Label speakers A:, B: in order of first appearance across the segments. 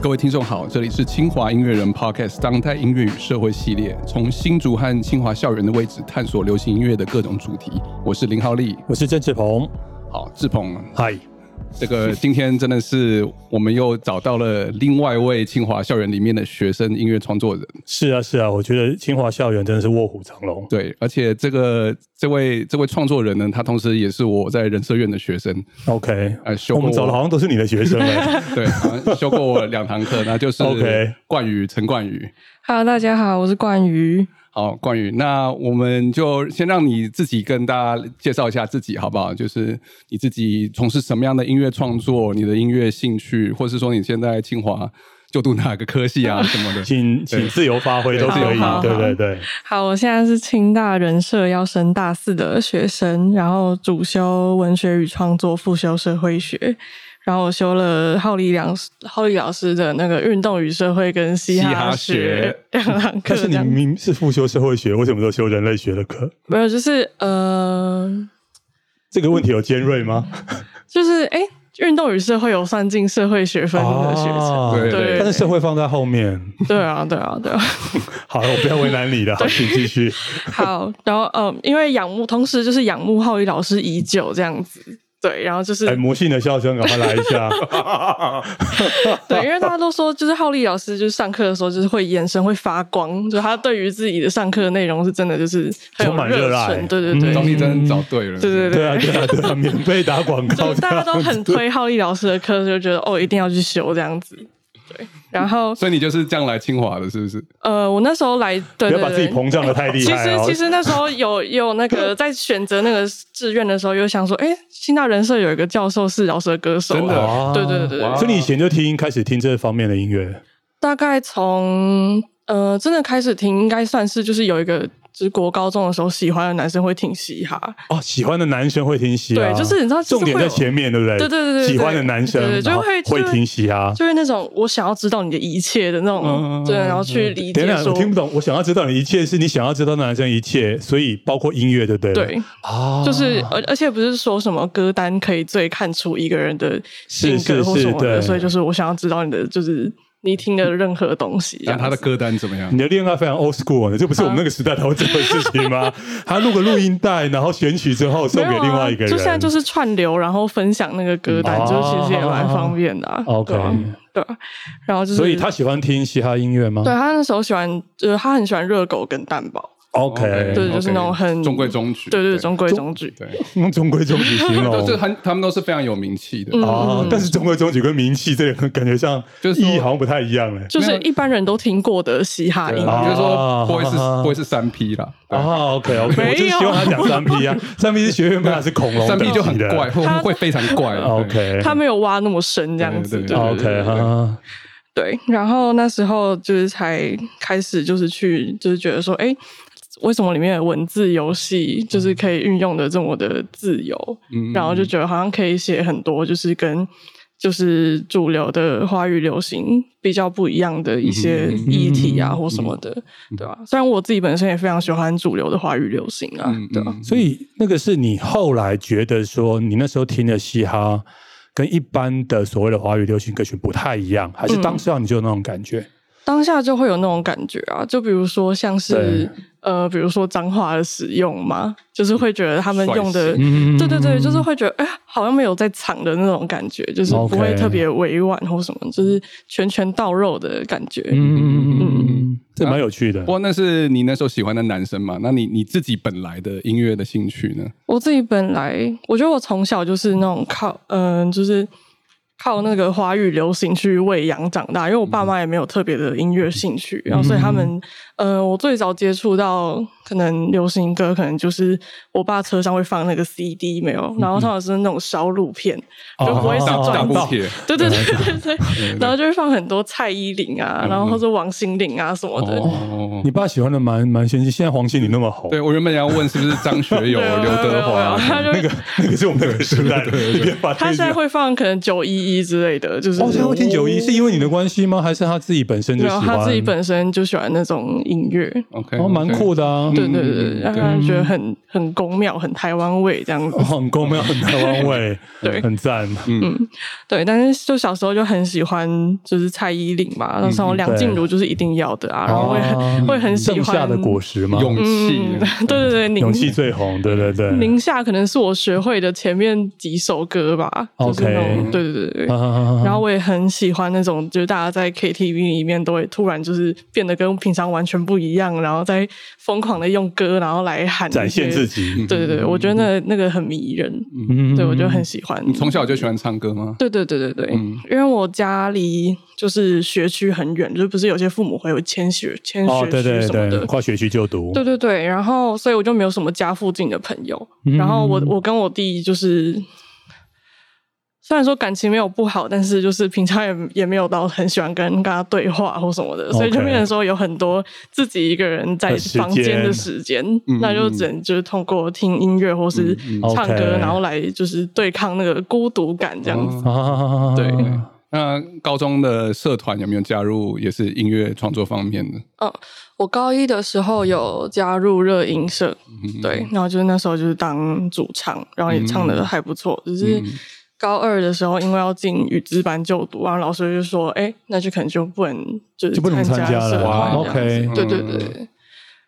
A: 各位听众好，这里是清华音乐人 Podcast 当代音乐与社会系列，从新竹和清华校园的位置探索流行音乐的各种主题。我是林浩利，
B: 我是郑志鹏，
A: 好，志鹏，
B: 嗨，
A: 这个今天真的是我们又找到了另外一位清华校园里面的学生音乐创作人，
B: 是啊是啊，我觉得清华校园真的是卧虎藏龙，
A: 对，而且这个这位这位创作人呢，他同时也是我在人社院的学生，
B: OK，
A: 呃，修
B: 我
A: 过
B: 们找的好像都是你的学生 哎、
A: 对，好像修过我两堂课，那就是
B: OK
A: 冠宇陈冠宇。
C: Hello，大家好，我是冠瑜。
A: 好，冠宇，那我们就先让你自己跟大家介绍一下自己，好不好？就是你自己从事什么样的音乐创作，你的音乐兴趣，或是说你现在清华就读哪个科系啊什 么的。
B: 请请自由发挥
A: 对
B: 都可以
C: 好好，好
B: 对对 对，
C: 好，我现在是清大人社要升大四的学生，然后主修文学与创作，副修社会学。然后我修了浩立良浩立老师的那个运动与社会跟嘻
A: 嘻哈
C: 哈
A: 学
C: 学 两堂课，
B: 但是
C: 这
B: 你
C: 样子
B: 明明是复修社会学，为什么都修人类学的课？
C: 没有就是呃，
B: 这个问题有尖锐吗？
C: 就是哎，诶运动与社会有算进社会学分的学程，
B: 啊
A: 对
C: 对
B: 但是社会放在后面。
C: 对啊，对啊，对啊。
B: 好了，我不要为难你了，好，请继续。
C: 好，然后嗯，因为仰慕，同时就是仰慕浩宇老师已久这样子，对，然后就是、
B: 哎，魔性的笑声，赶快来一 下。
C: 对，因为大家都说，就是浩立老师就是上课的时候就是会眼神会发光，就他对于自己的上课内容是真的就是很有
B: 充满热爱嗯
C: 忱，对对对，
A: 张立真找对了，
C: 对对
B: 对啊，对啊，对啊，免费打广告
C: 就，大家都
B: 这样
C: 很
B: 子
C: 推浩立老师的课，就觉得哦一定要去修这样子，对，然后
A: 所以你就是这样来清华的，是不是？
C: 呃，我那时候来，对
B: 不要
C: 对
B: 把自己
C: 对。
B: 膨胀的太厉
C: 其
B: 害
C: 实
B: 哦。
C: 其实那时候有有那 个在选择那个志愿的时候，有想说，哎、新大人社有一个教授是饶舌歌手，啊
A: 真的
B: 哦
C: 对对对对对
A: 哇
B: 所以你以前就听开始听这方面的音乐，
C: 大概从呃真的开始听，应该算是就是有一个，就是国高中的时候喜欢的男生会听嘻哈，
B: 哦，喜欢的男生会听嘻哈，
C: 对就是你知道就是
B: 重点
C: 会
B: 在
C: 有
B: 前面，对不对？
C: 对对对对对
B: 喜欢的男生
C: 对对就
B: 然后
C: 会就
B: 会
C: 会
B: 听啊嘻哈。
C: 就是那种我想要知道你的一切的那种，
A: 嗯
C: 对，然后去理
B: 等
C: 解
B: 一下，
C: 说
B: 我，听不懂。我想要知道你一切，是你想要知道的男生一切，所以包括音乐，对不对？
C: 对，
B: 啊，
C: 就是而而且不是说什么歌单可以最看出一个人的性
B: 是是
C: 格或什
B: 是
C: 么
B: 对
C: 的，所以就是我想要知道你的就是你听的任何东西，这
A: 然
C: 样
A: 后他的
C: 子
A: 歌单怎么样
B: 你？的恋爱非常 old school 啊呢，这不是我们那个时代才会做的事情 吗？他录个录音带，然后选曲之后送
C: 没
B: 给
C: 有
B: 另
C: 啊
B: 外一个人，
C: 就现在就是串流，然后分享那个歌单，
B: 嗯
C: 就其实也蛮方便的、啊。
B: OK
C: 对啊对啊，然后就是，
B: 哦所以他喜欢听嘻哈音乐吗？
A: 哦
C: 对啊他那时候喜欢，就是他很喜欢热狗跟蛋堡，
B: ，OK，
C: 对就是那种
A: OK，
C: 很
A: 中规中矩，
C: 对对，中规中矩。
A: 对，
B: 用嗯中规中矩 形
A: 都
B: 容
A: 是。很他们都是非常有名气的，
B: 哦，
C: 嗯
B: 但是中规中矩跟名气这个感觉上
A: 就是说
B: 意义好像不太一样嘞。
C: 就是
A: 没有
C: 一般人都听过的嘻哈音
A: 对
C: 乐，
A: 啊，
B: 啊
A: 就是说不会是
B: 啊
A: 不会是三 P 啦，对
B: 啊，OK OK，
C: 没
B: 我就是
C: 有
B: 希望他讲三 P 啊，三 P 是学院本来是恐龙
A: 三
B: 等
A: P 就很
B: 级的啊哦
A: 怪，会
C: 他啊
A: 会非常怪对
B: ，OK，哦
C: 他没有挖那么深这样子。
A: 对哦
C: 对
A: 对
C: 对
B: OK 哈，
C: 对， 然后那时候就是才开始就是去就是觉得说，哎，为什么里面的文字游戏就是可以运用的这么的自由？
A: 嗯
C: 然后就觉得好像可以写很多，就是跟就是主流的华语流行比较不一样的一些
A: 嗯
C: 议题啊，或什么的，对吧、啊虽然我自己本身也非常喜欢主流的华语流行啊，
A: 嗯
C: 对吧、
A: 嗯
B: 所以那个是你后来觉得说，你那时候听的嘻哈跟一般的所谓的华语流行歌曲不太一样，还是当时你就有那种感觉？
C: 当下就会有那种感觉啊，就比如说像
B: 对
C: 是呃，比如说脏话的使用嘛，就是会觉得他们用的
A: 帅气。
B: 嗯
C: 对对对，就是会觉得哎、好像没有在藏的那种感觉，就是不
B: OK
C: 会特别委婉或什么，就是拳拳到肉的感觉。
B: 嗯嗯嗯，这蛮有趣的
A: 不。过那是你那时候喜欢的男生嘛？那你你自己本来的音乐的兴趣呢？
C: 我自己本来，我觉得我从小就是那种靠，嗯、就是靠那个华语流行去喂养长大，因为我爸
B: 嗯
C: 妈也没有特别的音乐兴趣，然后所以他们，呃，我最早接触到可能流行歌，可能就是我爸车上会放那个 CD 没
B: 嗯
C: 有，然后他们是那种烧录片，就不会是
B: 哦
A: 大
C: 专
A: 补
C: 辑。
A: 贴
C: 对对对对对
B: 嗯
C: 对，然后就会放很多蔡依林啊，然后或者王心凌啊什么的，
A: 哦。
B: 你爸喜欢的蛮蛮先进，现在黄心凌那么红，
A: 对，我原本要问是不是张学 友、
C: 没
A: 刘
C: 有没有没
A: 德
C: 有没有
A: 华，
C: 他就
B: 那个那个是我们那个时代的，你别把
C: 他现在
B: 这个
C: 会放可能九一一之类的，就是
B: 哦，他会听九一是因为你的关系吗？还是他自己本身就喜
C: 然后
B: 欢？
C: 他自己本身就喜欢那种音乐，
A: OK，
B: 哦，蛮酷
A: 的。
B: 的啊，
C: 对对
A: 嗯
C: 对，让他觉得很很宫庙、很台湾味这样子
B: 哦，。很公庙，很台湾味，
C: 对
B: 很赞。
C: 对，但是就小时候就很喜欢，就是蔡依林嘛，那时候梁静茹就是一定要的啊，然后会很、
B: 嗯哦
C: 会很喜
B: 盛
C: 欢
B: 夏的果实嘛，
A: 勇气，
C: 嗯，对对对，
B: 勇
C: 宁
B: 气最红，对对对。
C: 宁夏可能是我学会的前面几首歌吧，就是那
B: OK
C: 种对对对对。
B: 啊啊啊啊
C: 然后我也很喜欢那种，就是大家在 KTV 里面都会突然就是变得跟平常完全不一样，然后再疯狂的用歌，然后来喊
B: 展现自
C: 己。
B: 己，
C: 对对对，我觉得那那个很迷人，
B: 嗯
C: 对我就很喜 欢。
A: 你从小就喜欢唱歌吗？
C: 对对对对对，因为我家离就是学区很远，就是不是有些父母会有迁学迁
B: 哦，
C: 学
B: 对
C: 区
B: 对
C: 什么的
B: 对，，跨学区就读，
C: 对对对，然后所以我就没有什么家附近的朋友。
B: 嗯
C: 然后我我跟我弟就是，虽然说感情没有不好，但是就是平常也也没有到很喜欢跟跟他对话或什么的，所以就
B: OK
C: 变成说有很多自己一个人在
B: 的时
C: 房间的
B: 间
C: 时间，
A: 嗯
C: 那就只能就是通过听音乐或是
A: 嗯
B: 嗯
C: 唱歌，
B: OK
C: 然后来就是对抗那个孤独感这样子。
A: 哦
B: 啊，
C: 对
A: 那高中的社团有没有加入也是音乐创作方面的？
C: 我高一的时候有加入热音社，
A: 嗯
C: 对，然后就是那时候就是当主唱，然后也
B: 嗯
C: 唱的还不错，只是
A: 嗯
C: 高二的时候因为要进语资班就读，然后老师就说，哎，那就可能就不能就是
B: 就不能参加
C: 加社
B: 了
A: 哇
C: 团这样子
B: OK 嗯
C: 对对对。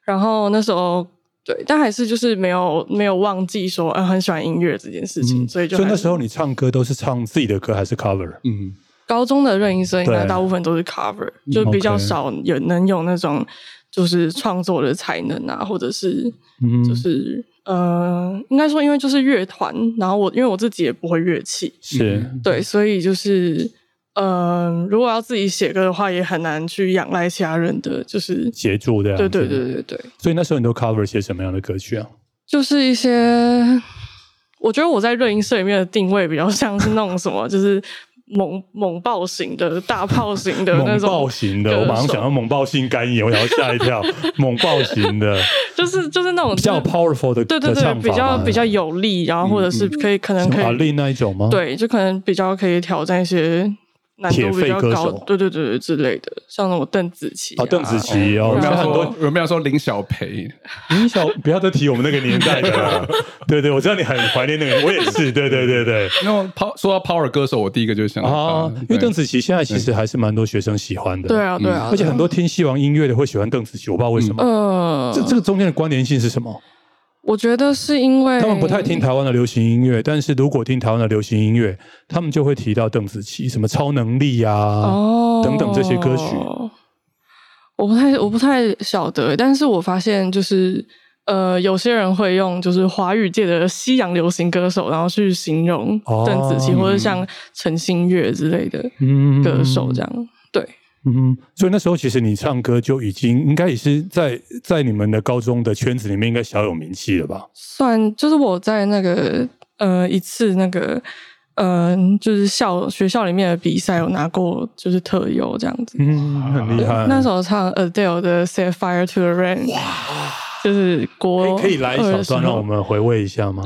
C: 然后那时候对，但还是就是没有没有忘记说，嗯、很喜欢音乐这件事情，
B: 嗯
C: 所以就
B: 所以
C: 还
B: 那
C: 是
B: 时候你唱歌都是唱自己的歌还是 cover？
A: 嗯，
C: 高中的任音社应该
B: 对嗯
C: 大部分都是 cover，就比较
B: OK
C: 少有能有那种就是创作的才能啊，或者是
B: 嗯
C: 就是、呃，应该说因为就是乐团，然后我因为我自己也不会乐器，
B: 是
C: 对，所以就是呃，如果要自己写歌的话，也很难去仰赖其他人的，就是
B: 协助的，
C: 对对对。对对，
B: 所以那时候你都 cover 些什么样的歌曲啊？
C: 就是一些，我觉得我在热音社里面的定位比较像是那种什么，就是猛猛爆型的、大炮型的那
B: 猛
C: 种
B: 爆型的，
C: 歌
B: 我马上
C: 手
B: 想到猛爆性肝炎，我想要吓一 跳。猛爆型的，
C: 就是就是那种
B: 比较
C: 就是
B: powerful 的，
C: 对对
B: 的
C: 对，
B: 唱法
C: 比较
B: 嘛嗯
C: 比较有力，然后或者是可以可能
B: 什么
C: 可
B: 阿
C: 以
B: 令那一种吗？，
C: 对，就可能比较可以挑战一些难
B: 铁
C: 度
B: 肺
C: 比较
B: 歌
C: 高
B: 手，
C: 对对对对之类的，像那种邓紫棋啊、
B: 哦，邓紫棋哦，
A: 有
C: 对
A: 没
C: 啊
A: 有
B: 像很多
A: 说有没有说林小培？
B: 你小不要再提我们那个年代的了，对对，我知道你很怀念那个，我也是，对对对对
A: 因为 power 说到 power 歌手，我第一个就想到
B: 啊
A: 他，
B: 因为
A: 对
B: 邓紫棋现在其实还是蛮多学生喜欢的，
C: 对，啊对啊，
B: 而且很多听西洋音乐的会喜欢邓紫棋，我不知道为什么，
C: 呃，
B: 嗯这这个中间的关联性是什么？
C: 我觉得是因为
B: 他们不太听台湾的流行音乐，但是如果听台湾的流行音乐，他们就会提到邓紫棋，什么超能力啊，
C: 哦
B: 等等这些歌曲。
C: 我不太我不太晓得，但是我发现就是呃，有些人会用就是华语界的西洋流行歌手，然后去形容
B: 哦
C: 邓紫棋、或者像陈星月之类的
B: 嗯
C: 歌手这样。对，
B: 嗯，所以那时候其实你唱歌就已经应该也是在在你们的高中的圈子里面应该小有名气了吧？
C: 算就是我在那个呃一次那个嗯、就是校学校里面的比赛有拿过就是特优这样子。
B: 嗯，很厉害。
C: 那时候唱 Adele 的《Set Fire to the Rain》，就是国
B: 可以可以来一小段让我
C: 们
B: 们回味一下吗？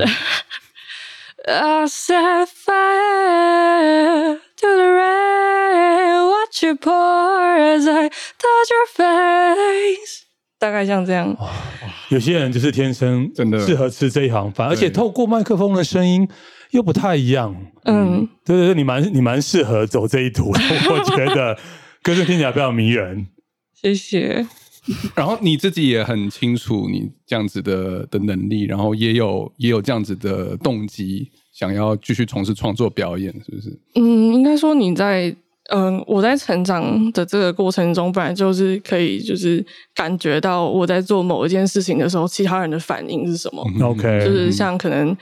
C: I 啊 set fire to the rain, watch it pour as I touch your face。大概像这样，
B: 有些人就是天生
A: 真的
B: 适合吃这一行饭，而且透过麦克风的声音又不太一样。
C: 嗯，
B: 对对对，你蛮你蛮适合走这一途的，我觉得歌声听起来非常迷人。
C: 谢谢。
A: 然后你自己也很清楚你这样子的的能力，然后也有也有这样子的动机，想要继续从事创作表演，是不是？
C: 嗯，应该说你在嗯，我在成长的这个过程中，本来就是可以就是感觉到我在做某一件事情的时候，其他人的反应是什么，就
B: OK，
C: 是像可能。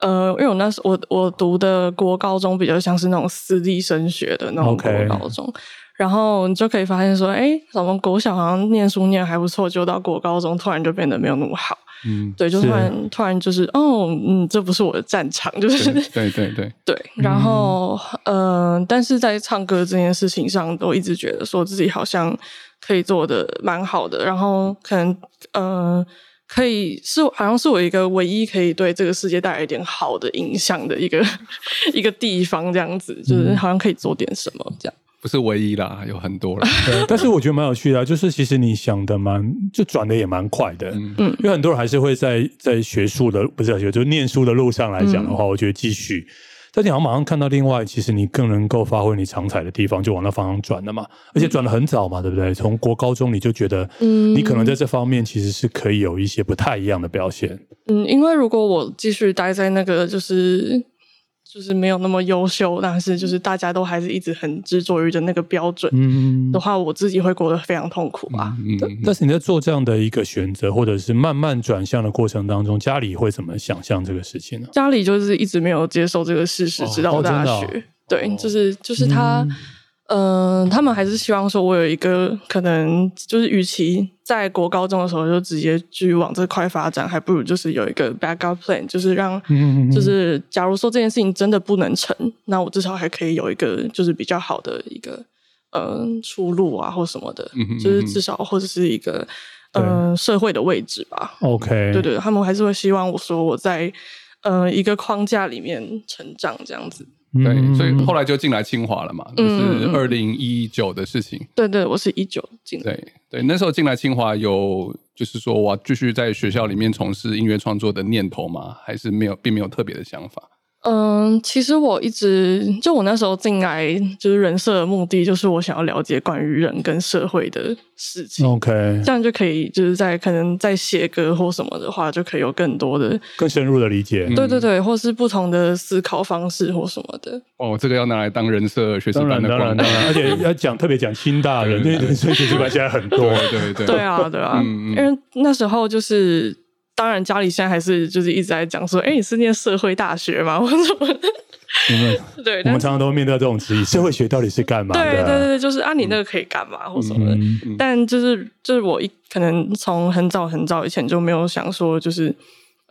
C: 呃，因为我那时我我读的国高中比较像是那种私立升学的那种
B: OK
C: 国高中然后你就可以发现说，哎、怎么国小好像念书念还不错，就到国高中突然就变得没有那么好，
A: 嗯，
C: 对，就是突然突然就是，哦，嗯，这不是我的战场，就是
A: 对嗯对对对，
C: 对，然后嗯、呃但是在唱歌这件事情上，都一直觉得说自己好像可以做的蛮好的，然后可能嗯、呃可以是好像是我一个唯一可以对这个世界带来一点好的影响的一个 一个地方，这样子就是好像可以做点什么这样。
A: 不是唯一啦，有很 多啦。嗯
B: 对但是我觉得蛮有趣的啊、就是其实你想的蛮，就转的也蛮快的，
A: 嗯
B: 因为很多人还是会在在学术的不是在学，就是念书的路上来讲的话，我觉得继续。但你好像马上看到另外，其实你更能够发挥你长才的地方，就往那方向转了嘛，而且转的很早嘛，对不对？从国高中你就觉得，
C: 嗯
B: 你可能在这方面其实是可以有一些不太一样的表现。
C: 嗯，因为如果我继续待在那个就是就是没有那么优秀，但是就是大家都还是一直很执着于的那个标准
B: 嗯
C: 的话，我自己会过得非常痛苦吧。
A: 嗯，
B: 但但是你在做这样的一个选择，或者是慢慢转向的过程当中，家里会怎么想象这个事情呢？
C: 家里就是一直没有接受这个事实
B: 哦，
C: 直到我
B: 哦真
C: 大
B: 的哦
C: 学。对，就是就是他，嗯、他们还是希望说我有一个可能，就是与其在国高中的时候就直接去往这块发展，还不如就是有一个 backup plan，就是让，
B: 嗯嗯嗯
C: 就是假如说这件事情真的不能成，那我至少还可以有一个就是比较好的一个呃出路啊，或什么的，
A: 嗯哼
C: 就是
A: 嗯哼
C: 至少或者是一个
B: 对
C: 呃社会的位置吧。
B: OK，
A: 嗯
C: 对对，他们还是会希望我说我在呃一个框架里面成长这样子。
B: 嗯，
A: 对，
B: 嗯
A: 所以
B: 嗯
A: 后来就进来清华了嘛，就
C: 嗯
A: 是
C: 嗯嗯
A: 二零一九的事情。
C: 对对，我是一九进来，
A: 对对，那时候进来清华有就是说我要继续在学校里面从事音乐创作的念头吗？还是没有，并没有特别的想法。
C: 嗯，其实我一直就我那时候进来就是人设的目的，就是我想要了解关于人跟社会的事情。
B: OK，
C: 这样就可以，就是在可能在写歌或什么的话，就可以有更多的，
B: 更深入的理解。
A: 嗯
C: 对对对，或是不同的思考方式或什么的。
A: 哦，这个要拿来当人设学士
B: 当
A: 班
B: 然，
A: 的
B: 当
A: 光
B: 然，当然，而且要讲特别讲清大人，因为人生学习班现在很多，
A: 对对对
C: 对啊，对啊，
A: 嗯嗯
C: 因为那时候就是，当然家里现在还是就是一直在讲说，哎、你是念社会大学吗？ 我怎么
B: 你们
C: 对？
B: 我
C: 但
B: 们
C: 是
B: 常常都会面对到这种质疑：社会学到底是干嘛的？
C: 对对对对，就是啊，你那个可以干嘛或什么的。
B: 嗯
C: 但就是就是我一可能从很早很早以前就没有想说，就是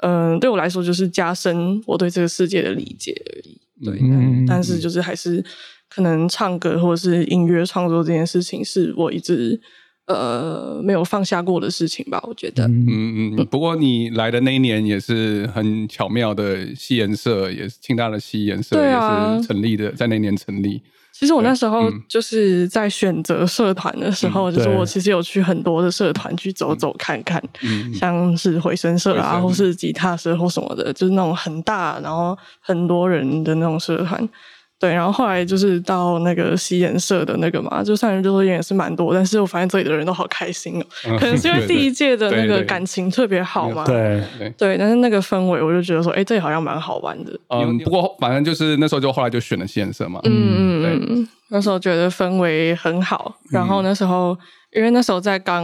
C: 嗯、呃对我来说就是加深我对这个世界的理解而已。对，
B: 嗯
C: 但是就是还是可能唱歌或者是音乐创作这件事情，是我一直呃没有放下过的事情吧。我觉得，
B: 嗯
A: 嗯嗯嗯。不过你来的那一年也是很巧妙的，西研社也是清大的西研社
C: 对啊
A: 也是成立的，在那年成立。
C: 其实我那时候
A: 嗯
C: 就是在选择社团的时候，就是
B: 对
C: 我其实有去很多的社团去走走看看，
A: 嗯，嗯
C: 像是回声社
A: 回
C: 啊，
A: 声
C: 或是吉他社或什么的，就是那种很大，然后很多人的那种社团。对，然后后来就是到那个西研社的那个嘛，就算人多也是蛮多，但是我发现这里的人都好开 心哦，
A: 嗯
C: 可能是因为
A: 对对
C: 第一届的那
A: 对
C: 个
A: 对
C: 感情特别好嘛。
B: 对，
C: 对，但是那个氛围，我就觉得说，哎，这里好像蛮好玩的。
A: 嗯，不过反正就是那时候就后来就选了西研社嘛。
C: 嗯
A: 对
C: 嗯嗯，那时候觉得氛围很好，
A: 嗯
C: 然后那时候、因为那时候在刚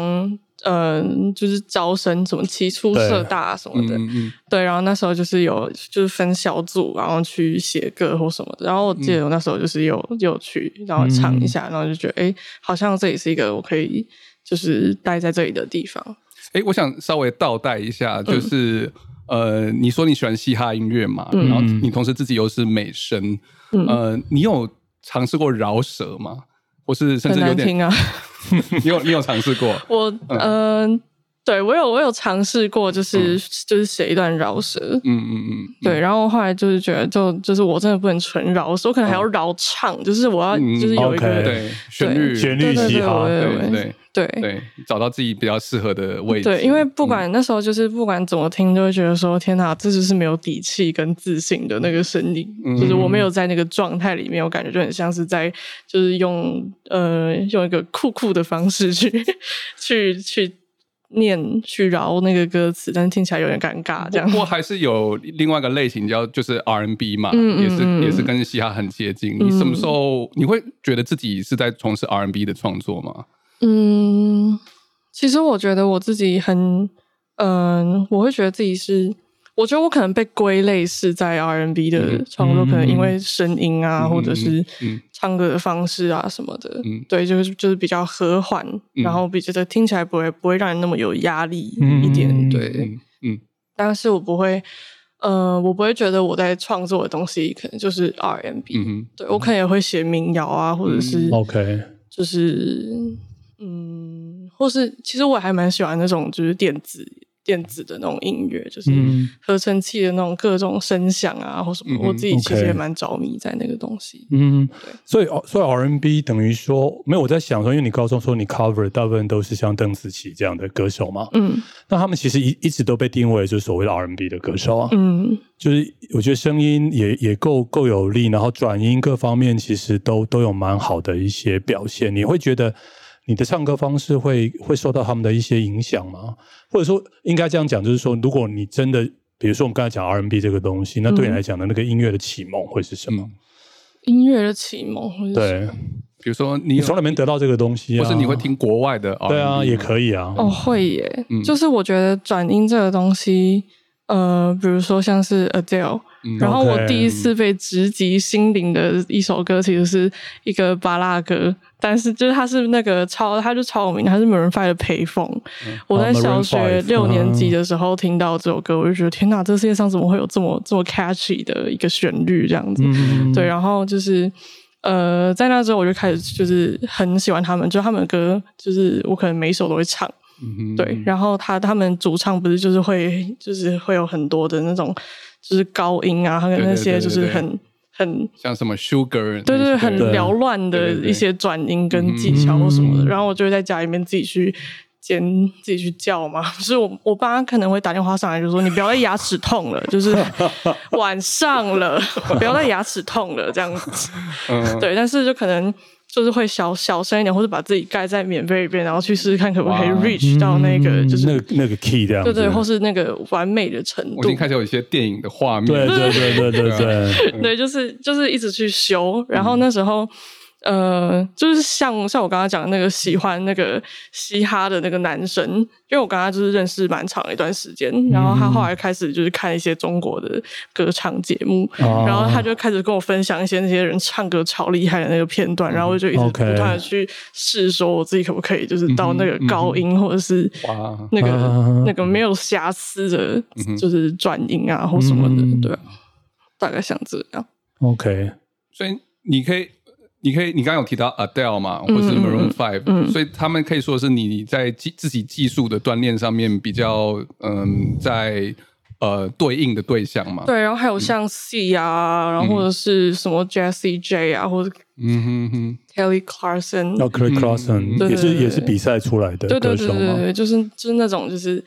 C: 嗯、就是招生什么期初社大什么
A: 嗯
C: 的，
A: 嗯嗯，
C: 对，然后那时候就是有就是分小组，然后去写歌或什么的，然后我记得我那时候就是有、有去，然后唱一
A: 嗯
C: 下，然后就觉得哎、诶好像这也是一个我可以就是待在这里的地方。
A: 哎，我想稍微倒带一下，就是、呃，你说你喜欢嘻哈音乐嘛，
C: 嗯
A: 然后你同时自己又是美声，
C: 嗯
A: 呃，你有尝试过饶舌吗？或是甚
C: 很
A: 至有
C: 难
A: 点，
C: 听啊，
A: 你有你有尝试过？
C: 我嗯、对我有我有尝试过，就是、就是写一段饶舌，
A: 嗯嗯嗯，
C: 对，然后后来就是觉得就，就是我真的不能纯饶舌，我可能还要饶唱，就是我要
A: 嗯
C: 啊就是有一
B: OK
C: 个
A: 嗯，对，旋律，
B: 旋律
C: 对对
B: 嘻
C: 对
B: 哈
C: 我也
A: 对
C: 我也
A: 对
C: 对
A: 对，找到自己比较适合的位置。
C: 对，因为
A: 嗯
C: 不管那时候就是不管怎么听，都会觉得说天哪，这就是没有底气跟自信的那个声音，
A: 嗯
C: 就是我没有在那个状态里面，我感觉就很像是在就是用呃用一个酷酷的方式去去去念去饶那个歌词，但是听起来有点尴尬啊这样
A: 不。过还是有另外一个类型叫就是 R N B 嘛，
C: 嗯嗯
A: 也是
C: 嗯
A: 也是跟嘻哈很接近。你什么时候你会觉得自己是在从事 R N B 的创作吗？
C: 嗯，其实我觉得我自己很，嗯，我会觉得自己是，我觉得我可能被归类是在 R&B 的创作，
B: 嗯
C: 可能因为声音啊，
A: 嗯
C: 或者是
A: 嗯
C: 唱歌的方式啊什么的，
A: 嗯
C: 对，就是就是比较和缓，然后比较听起来不会不会让人那么有压力一点，
B: 嗯嗯
C: 对，
A: 嗯嗯
C: 但是我不会。呃，我不会觉得我在创作的东西可能就是 R&B，、
A: 嗯哼
C: 对我可能也会写民谣啊，或者是、
A: 嗯
B: ，OK，
C: 就是嗯，或是其实我还蛮喜欢那种就是电子电子的那种音乐，就是
B: 嗯
C: 合成器的那种各种声响啊，或什么。
A: 嗯哼
C: 我自己其实
B: OK
C: 也蛮着迷在那个东西。
B: 嗯，所以所以 R&B 等于说没有我在想说，因为你高中说你 cover 大部分都是像邓紫棋这样的歌手嘛，
C: 嗯
B: 那他们其实一一直都被定位就是所谓的 R&B 的歌手啊，
C: 嗯
B: 就是我觉得声音也也够够有力，然后转音各方面其实都都有蛮好的一些表现。你会觉得你的唱歌方式会会受到他们的一些影响吗？或者说应该这样讲，就是说，如果你真的，比如说我们刚才讲 R&B 这个东西，那对
C: 嗯
B: 你来讲的那个音乐的启蒙会是什么？
C: 音乐的启蒙，或者是
B: 对
A: 比如说你
B: 你
A: 有
B: 从来没得到这个东西、啊，
A: 或是你会听国外的 R&B 吗，
B: 对啊，也可以啊。
C: 哦，会耶，
A: 嗯
C: 就是我觉得转音这个东西，呃，比如说像是 Adele，、
A: 嗯
C: 然后我
B: OK
C: 第一次被直击心灵的一首歌，其实是一个巴拉歌，但是就是它是那个超，它就超有名，它是 Maroon Five 的陪风。
A: 嗯
C: 我在
B: 哦，Maroon
C: 小学
B: 5
C: 六
B: 嗯
C: 年级的时候听到这首歌，我就觉得天哪，这世界上怎么会有这么这么 catchy 的一个旋律这样子？
B: 嗯
C: 对，然后就是呃，在那之后我就开始就是很喜欢他们，就他们的歌，就是我可能每一首都会唱。
A: 嗯哼
C: 对，然后他他们主唱不是就是会就是会有很多的那种就是高音啊，还有
A: 对对
C: 那些
A: 对
C: 就是
A: 对
C: 很很
A: 像什么 Sugar，
C: 对对
A: 那些
C: 很
B: 对
C: 缭乱的
A: 对对对
C: 一些转音跟技巧或什么的，
B: 嗯
C: 然后我就会在家里面自己去。兼自己去叫嘛，就是我我爸可能会打电话上来就说你不要再牙齿痛了，就是晚上了，不要再牙齿痛了这样子。
A: 嗯，
C: 对，但是就可能就是会小小声一点，或者把自己盖在棉被里边，然后去试试看可不可以
A: 哇
C: reach 到那个就是
B: 那个那个 key 这样子，
C: 对对，或是那个完美的程
A: 我已
C: 度
A: 经，开始有一些电影的画面，
B: 对对对对对对。
C: 对，啊就是就是一直去修。然后那时候，呃，就是像像我刚刚讲的那个喜欢那个嘻哈的那个男生，因为我跟他就是认识蛮长一段时间，然后他后来开始就是看一些中国的歌唱节目，
B: 哦
C: 然后他就开始跟我分享一些那些人唱歌超厉害的那个片段，然后我就一直不
B: OK
C: 断的去试，说我自己可不可以就是到那个高音或者是
A: 哇
C: 那个、
B: 啊
C: 那个没有瑕疵的
A: 嗯哼，
C: 就是转音啊或什么的，
B: 嗯
C: 对、啊，大概像这样。
B: OK，
A: 所以你可以，你可以，你刚刚有提到 Adele 嘛，或是
C: 嗯
A: Maroon Five，、
C: 嗯
A: 所以他们可以说是你在技自己技术的锻炼上面比较，嗯，在呃对应的对象嘛。，
C: 对，然后还有像 C 啊，然后或者是什么 Jessie J 啊，或者
A: 嗯哼哼，
C: Kelly Clarkson，
B: 那 Craig Clausen、
C: 嗯对
B: 也
C: 对
B: 是
C: 对
B: 也是比赛出来的
C: 对对
B: 歌
C: 对
B: 手
C: 对对
B: 嘛，
C: 对，就是就是那种就是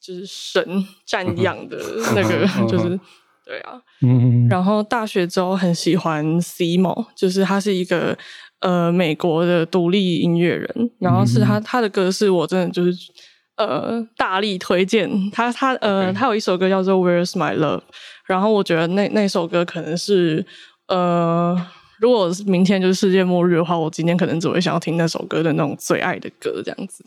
C: 就是神站一样 的那个
A: 嗯嗯，哼
C: 就是对啊。
B: 嗯，
C: 然后大学之后很喜欢 Simo，就是他是一个呃美国的独立音乐人，然后是他、他的歌是我真的就是呃大力推荐他他呃
A: OK
C: 他有一首歌叫做 Where's My Love，然后我觉得那那首歌可能是呃。如果是明天就是世界末日的话，我今天可能只会想要听那首歌的那种最爱的歌这样子。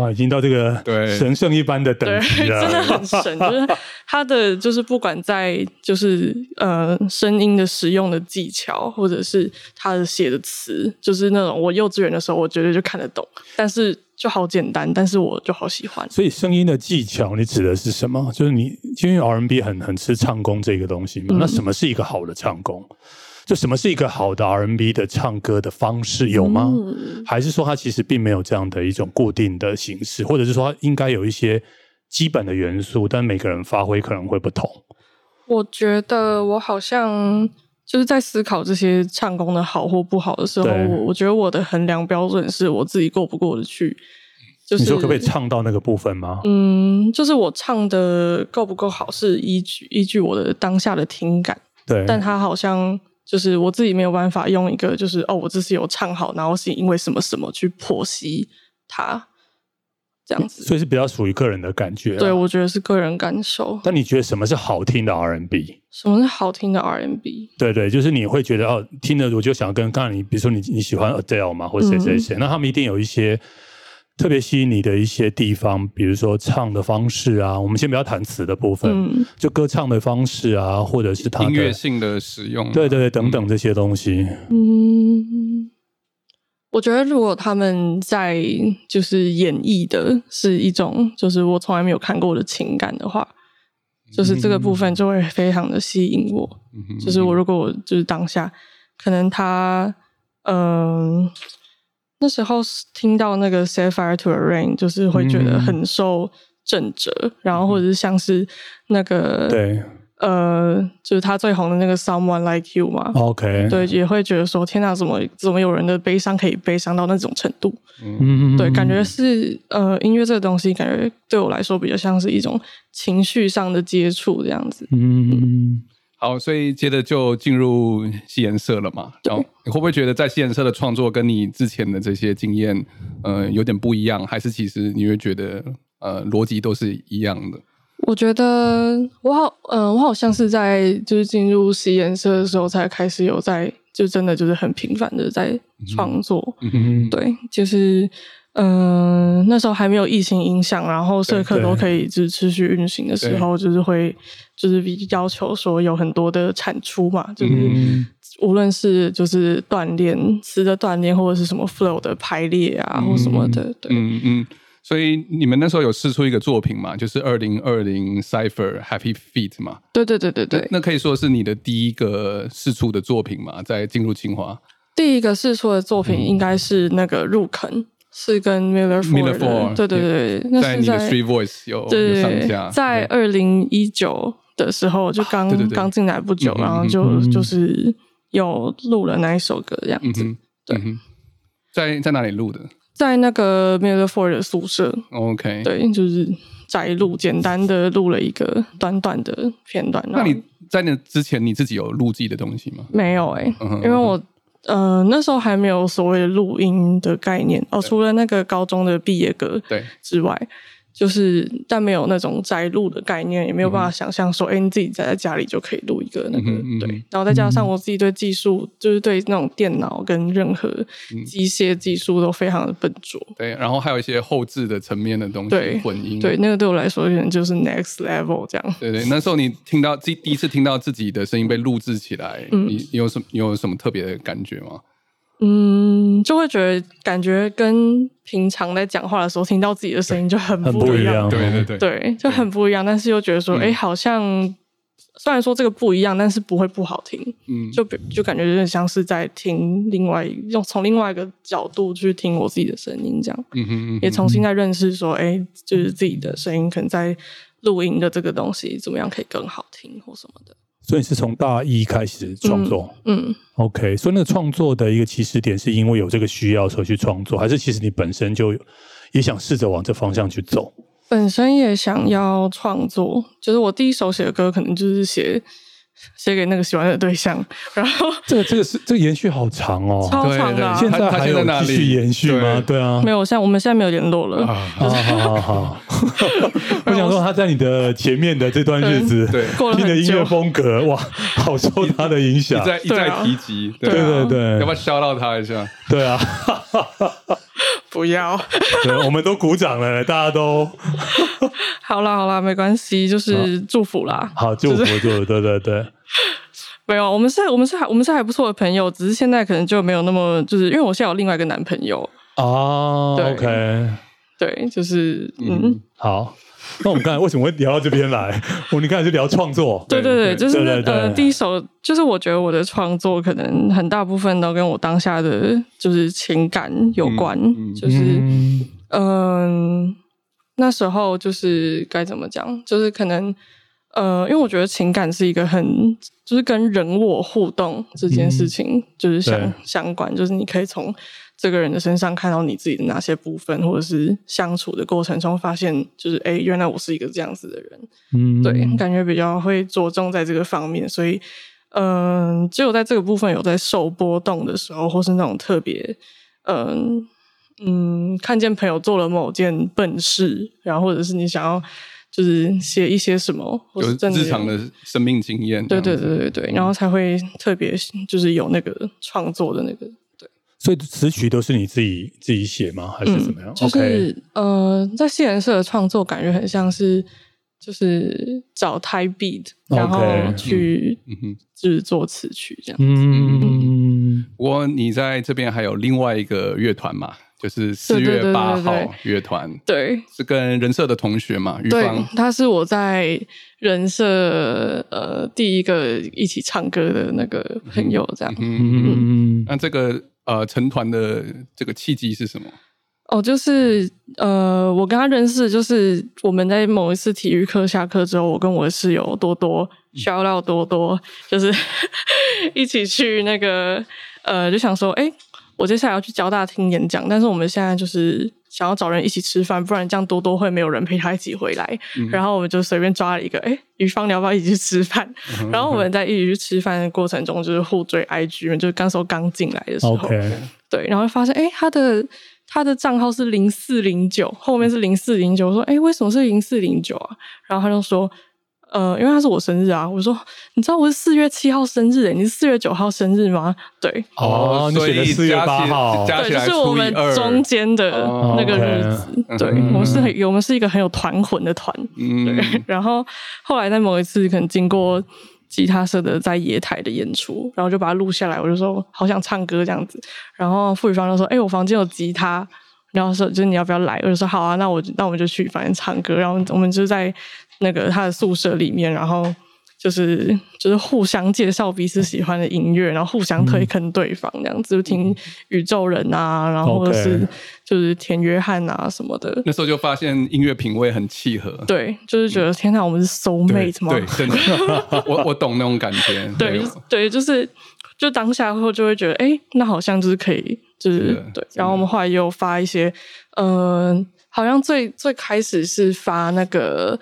B: 哇，已经到这个
A: 对
B: 神圣一般的等
C: 对，
B: 级啊了，
C: 真的很神，就是他的就是不管在就是呃声音的使用的技巧，或者是他的写的词，就是那种我幼稚园的时候我绝对就看得懂，但是就好简单，但是我就好喜欢。
B: 所以声音的技巧，你指的是什么？就是你因为 R&B 很很吃唱功这个东西嘛，
C: 嗯
B: 那什么是一个好的唱功？就什么是一个好的 R&B 的唱歌的方式有吗？
C: 嗯
B: 还是说它其实并没有这样的一种固定的形式，或者是说它应该有一些基本的元素，但每个人发挥可能会不同？
C: 我觉得我好像就是在思考这些唱功的好或不好的时候，
B: 对
C: 我我觉得我的衡量标准是我自己过不过得去。就是
B: 你说可不可以唱到那个部分吗？
C: 嗯，就是我唱的够不够好，是依据依据我的当下的听感，
B: 对，
C: 但它好像就是我自己没有办法用一个就是哦，我这次有唱好，然后是因为什么什么去剖析它，这样子。
B: 所以是比啊较属于个人的感觉、
C: 对，。我觉得是个人感受。
B: 但你觉得什么是好听的 R&B？
C: 什么是好听的 R&B？
B: 对对，就是你会觉得哦，听了我就想跟刚才你，比如说你你喜欢 Adele 嘛，或者谁
C: 嗯
B: 谁谁，那他们一定有一些特别吸引你的一些地方，比如说唱的方式啊，我们先不要谈词的部分，
C: 嗯
B: 就歌唱的方式啊，或者是他的
A: 音乐性嗯的使用，
B: 对对对，等等这些东西。
C: 嗯，我觉得如果他们在就是演绎的是一种就是我从来没有看过的情感的话，就是这个部分就会非常的吸引我。
A: 嗯哼，
C: 就是我如果我就是当下，可能他嗯、那时候是听到那个《Set Fire to the Rain》，就是会觉得很受郑哲，然后或者是像是那个
B: 对
C: 呃，就是他最红的那个《Someone Like You》嘛，
B: ，OK，，
C: 对，也会觉得说天哪，怎么怎么有人的悲伤可以悲伤到那种程度？
B: 嗯
C: 对，感觉是呃，音乐这个东西，感觉对我来说比较像是一种情绪上的接触这样子。
B: 嗯，
A: 好，所以接着就进入西颜色了嘛。然后你会不会觉得在西颜色的创作跟你之前的这些经验，呃，有点不一样？还是其实你会觉得，呃，逻辑都是一样的？
C: 我觉得我好，嗯、我好像是在就是进入实验社的时候才开始有在，就真的就是很频繁的在创作。
B: 嗯，
C: 对，就是嗯、呃那时候还没有疫情影响，然后社课
B: 对
C: 都可以就是持续运行的时候，就是会就是比要求说有很多的产出嘛，就是。
B: 嗯
C: 无论是就是锻炼词的锻炼，或者是什么 flow 的排列啊，或什么的，对，
A: 嗯嗯。所以你们那时候有试出一个作品嘛，就是二零二零 Cipher Happy Feet 嘛？
C: 对对对对对。
A: 那可以说是你的第一个试出的作品嘛，在进入清华。
C: 第一个试出的作
A: 嗯
C: 品应该是那个入坑，是跟 Miller
A: Miller
C: Ford 的
A: Ford，
C: 对对对，对那
A: 在
C: 是
A: 你的
C: 在
A: Street Voice 有有
C: 对
A: 上
C: 对
A: 架，啊
C: 对，在二零一九的时候就刚
A: 对对对
C: 刚进来不久
A: 嗯，嗯
C: 然后就
B: 嗯嗯
C: 就是有录了那一首歌这样
A: 嗯
C: 子，
A: 哼，
C: 对
A: 嗯哼，在在哪里录的
C: 在那个 Miller Ford 的宿舍，
A: ？OK，
C: 对，就是摘录，简单的录了一个短短的片段。
A: 那
C: 然后
A: 你在那之前你自己有录自己的东西吗？
C: 没有哎、
A: 嗯哼
C: 因为我呃那时候还没有所谓的录音的概念哦，除了那个高中的毕业歌
A: 对，
C: 之外，就是但没有那种摘录的概念，也没有办法想象说，哎、你自己宅在家里就可以录一个那个、
A: 嗯哼嗯哼
C: 对，然后再加上我自己对技术，就是对那种电脑跟任何
A: 嗯
C: 机械技术都非常的笨拙。
A: 对，然后还有一些后置的层面的东西，
C: 对
A: 混音，
C: 对，那个对我来说可能就是 next level 这样。
A: 对对。那时候你听到第第一次听到自己的声音被录制起来，
C: 嗯
A: 你你有什么你有什么特别的感觉吗？
C: 嗯，就会觉得感觉跟平常在讲话的时候听到自己的声音就很
B: 很不一
C: 一样
B: 样，，
A: 对对，嗯
C: 对，就很不一样，但是又觉得说，哎、好像虽然说这个不一样，但是不会不好听，
A: 嗯，
C: 就比就感觉有点像是在听另外一用从另外一个角度去听我自己的声音，这样
A: 嗯哼嗯
C: 也
A: 哼，
C: 重新在认识说，哎、就是自己的声音可能在录音的这个东西怎么样可以更好听或什么的，
B: 所以你是从大一开始创作
C: 嗯。
B: ，OK，所以那个创作的一个起始点是因为有这个需要所以去创作，还是其实你本身就有也想试着往这方向去走？
C: 本身也想要创作，就是我第一首写的歌，可能就是写 写给那个喜欢的对象，然后
B: 这个这个是这个延续好长哦，
C: 超
A: 对
C: 长的、啊
A: 对
B: 现在
A: 他他
B: 还
A: 现在
B: 有
A: 哪里
B: 继续延续吗？对啊
C: 没，有，现在我们现在没有联络了。
A: 啊，
B: 好好好 好，我想说他在你的前面的这段日子，
A: 对
C: 过了
B: 听的
C: 很
B: 音
C: 久
B: 乐风格哇，好受他的影响
A: 一，再一
C: 对
A: 再
C: 啊
A: 提及，
B: 对对
C: 对啊
A: 要不
B: 对
A: 要笑到他一下？
B: 对啊，
C: 不要，
B: 对，我们都鼓掌了，大家都
C: 好啦好啦，没关系，就是祝福啦。
B: 好祝福
C: 就是
B: 祝福，对对对，
C: 没有，我们是我们是还我们是还不错的朋友，只是现在可能就没有那么，就是因为我现在有另外一个男朋友，
B: 啊
C: 对
B: ，OK，
C: 对，就是嗯，
A: 嗯
B: 好，那我们刚才为什么会聊到这边来？ 我们刚才是聊创作，
C: 对
A: 对
C: 对
A: 对
C: 对，就是那
B: 对对
C: 呃，
B: 对
C: 第一首就是我觉得我的创作可能很大部分都跟我当下的就是情感有关，
A: 嗯嗯
C: 就是
B: 嗯
C: 嗯、那时候就是该怎么讲，就是可能呃，因为我觉得情感是一个很就是跟人我互动这件事情、就是
B: 对
C: 相相关，就是你可以从这个人的身上看到你自己的哪些部分，或者是相处的过程中发现，就是哎，诶原来我是一个这样子的人。
B: 嗯
C: 对，感觉比较会着重在这个方面，所以嗯，只有在这个部分有在受波动的时候，或是那种特别嗯嗯，看见朋友做了某件笨事，然后或者是你想要就是写一些什么，或
A: 有
C: 是真的
A: 日常的生命经验，
C: 对对
A: 这样子
C: 对对对，然后才会特别就是有那个创作的那个
B: 所以词曲都是你自己自己写吗？还是怎么样
C: 嗯、就
B: ？OK，
C: 是呃，在西人社的创作感觉很像是就是找 type beat，然后
B: OK，
C: 去
A: 嗯哼。
C: 制作词曲这样。
B: 嗯，
A: 不过你在这边还有另外一个乐团嘛，就是四
C: 对对
A: 月
C: 对
A: 八
C: 对对
A: 号乐团，
C: 对
A: 是跟人社的同学嘛，于
C: 对
A: 芳，，
C: 他是我在人社呃第一个一起唱歌的那个朋友这样。
A: 嗯，
B: 嗯
A: 那这个呃成团的这个契机是什么？
C: 哦，就是呃，我跟他认识，就是我们在某一次体育课下课之后，我跟我的室友多多、小廖多多，就是 一起去那个呃，就想说，哎、我接下来要去交大听演讲，但是我们现在就是想要找人一起吃饭，不然这样多多会没有人陪他一起回来。然后我们就随便抓了一个，哎、于芳你要不要一起去吃饭？然后我们在一起去吃饭的过程中，就是互追 IG，就是刚时候刚进来的时候。
B: OK，
C: 对，然后发现哎，诶他的他的账号是零四零九，后面是零四零九，我说哎，诶为什么是零四零九啊？然后他就说，呃，因为他是我生日啊。我说，你知道我是四月七号生日、诶你是四月九号生日吗？对，
B: 哦你
A: 所
B: 写的
A: 以
B: 4月
A: 加
B: 8
A: 起
B: 号
A: 加
C: 对，
A: 起
C: 就
A: 来
C: 是我
A: 除以
C: 们
A: 二，
C: 中间的
A: 哦
C: 那个日子。
A: OK
C: 对，
B: 嗯
C: 我们是很，我们是一个很有团魂的团。
A: 嗯，
C: 然后后来在某一次可能经过吉他社的在野台的演出，然后就把它录下来，我就说好想唱歌这样子。然后傅宇芳就说：“哎、我房间有吉他。”然后说：“就是你要不要来？”我就说：“好啊，那我那我们就去反正唱歌。”然后我们就在那个他的宿舍里面，然后。就是就是互相介绍彼此喜欢的音乐，然后互相推坑对方，这样子、就听宇宙人啊，然后或者是
B: OK
C: 就是田约翰啊什么 的，
A: 那时候就发现音乐品味很契合。
C: 对，就是觉得天哪，我们是 soul
B: 对
C: mate 吗？
A: 对，真的， 我我懂那种感觉。
C: 对就是对，就是就当下后就会觉得，哎、那好像就是可以，就是
A: 是的
C: 对。然后我们后来也有发一些，嗯、好像最最开始是发那个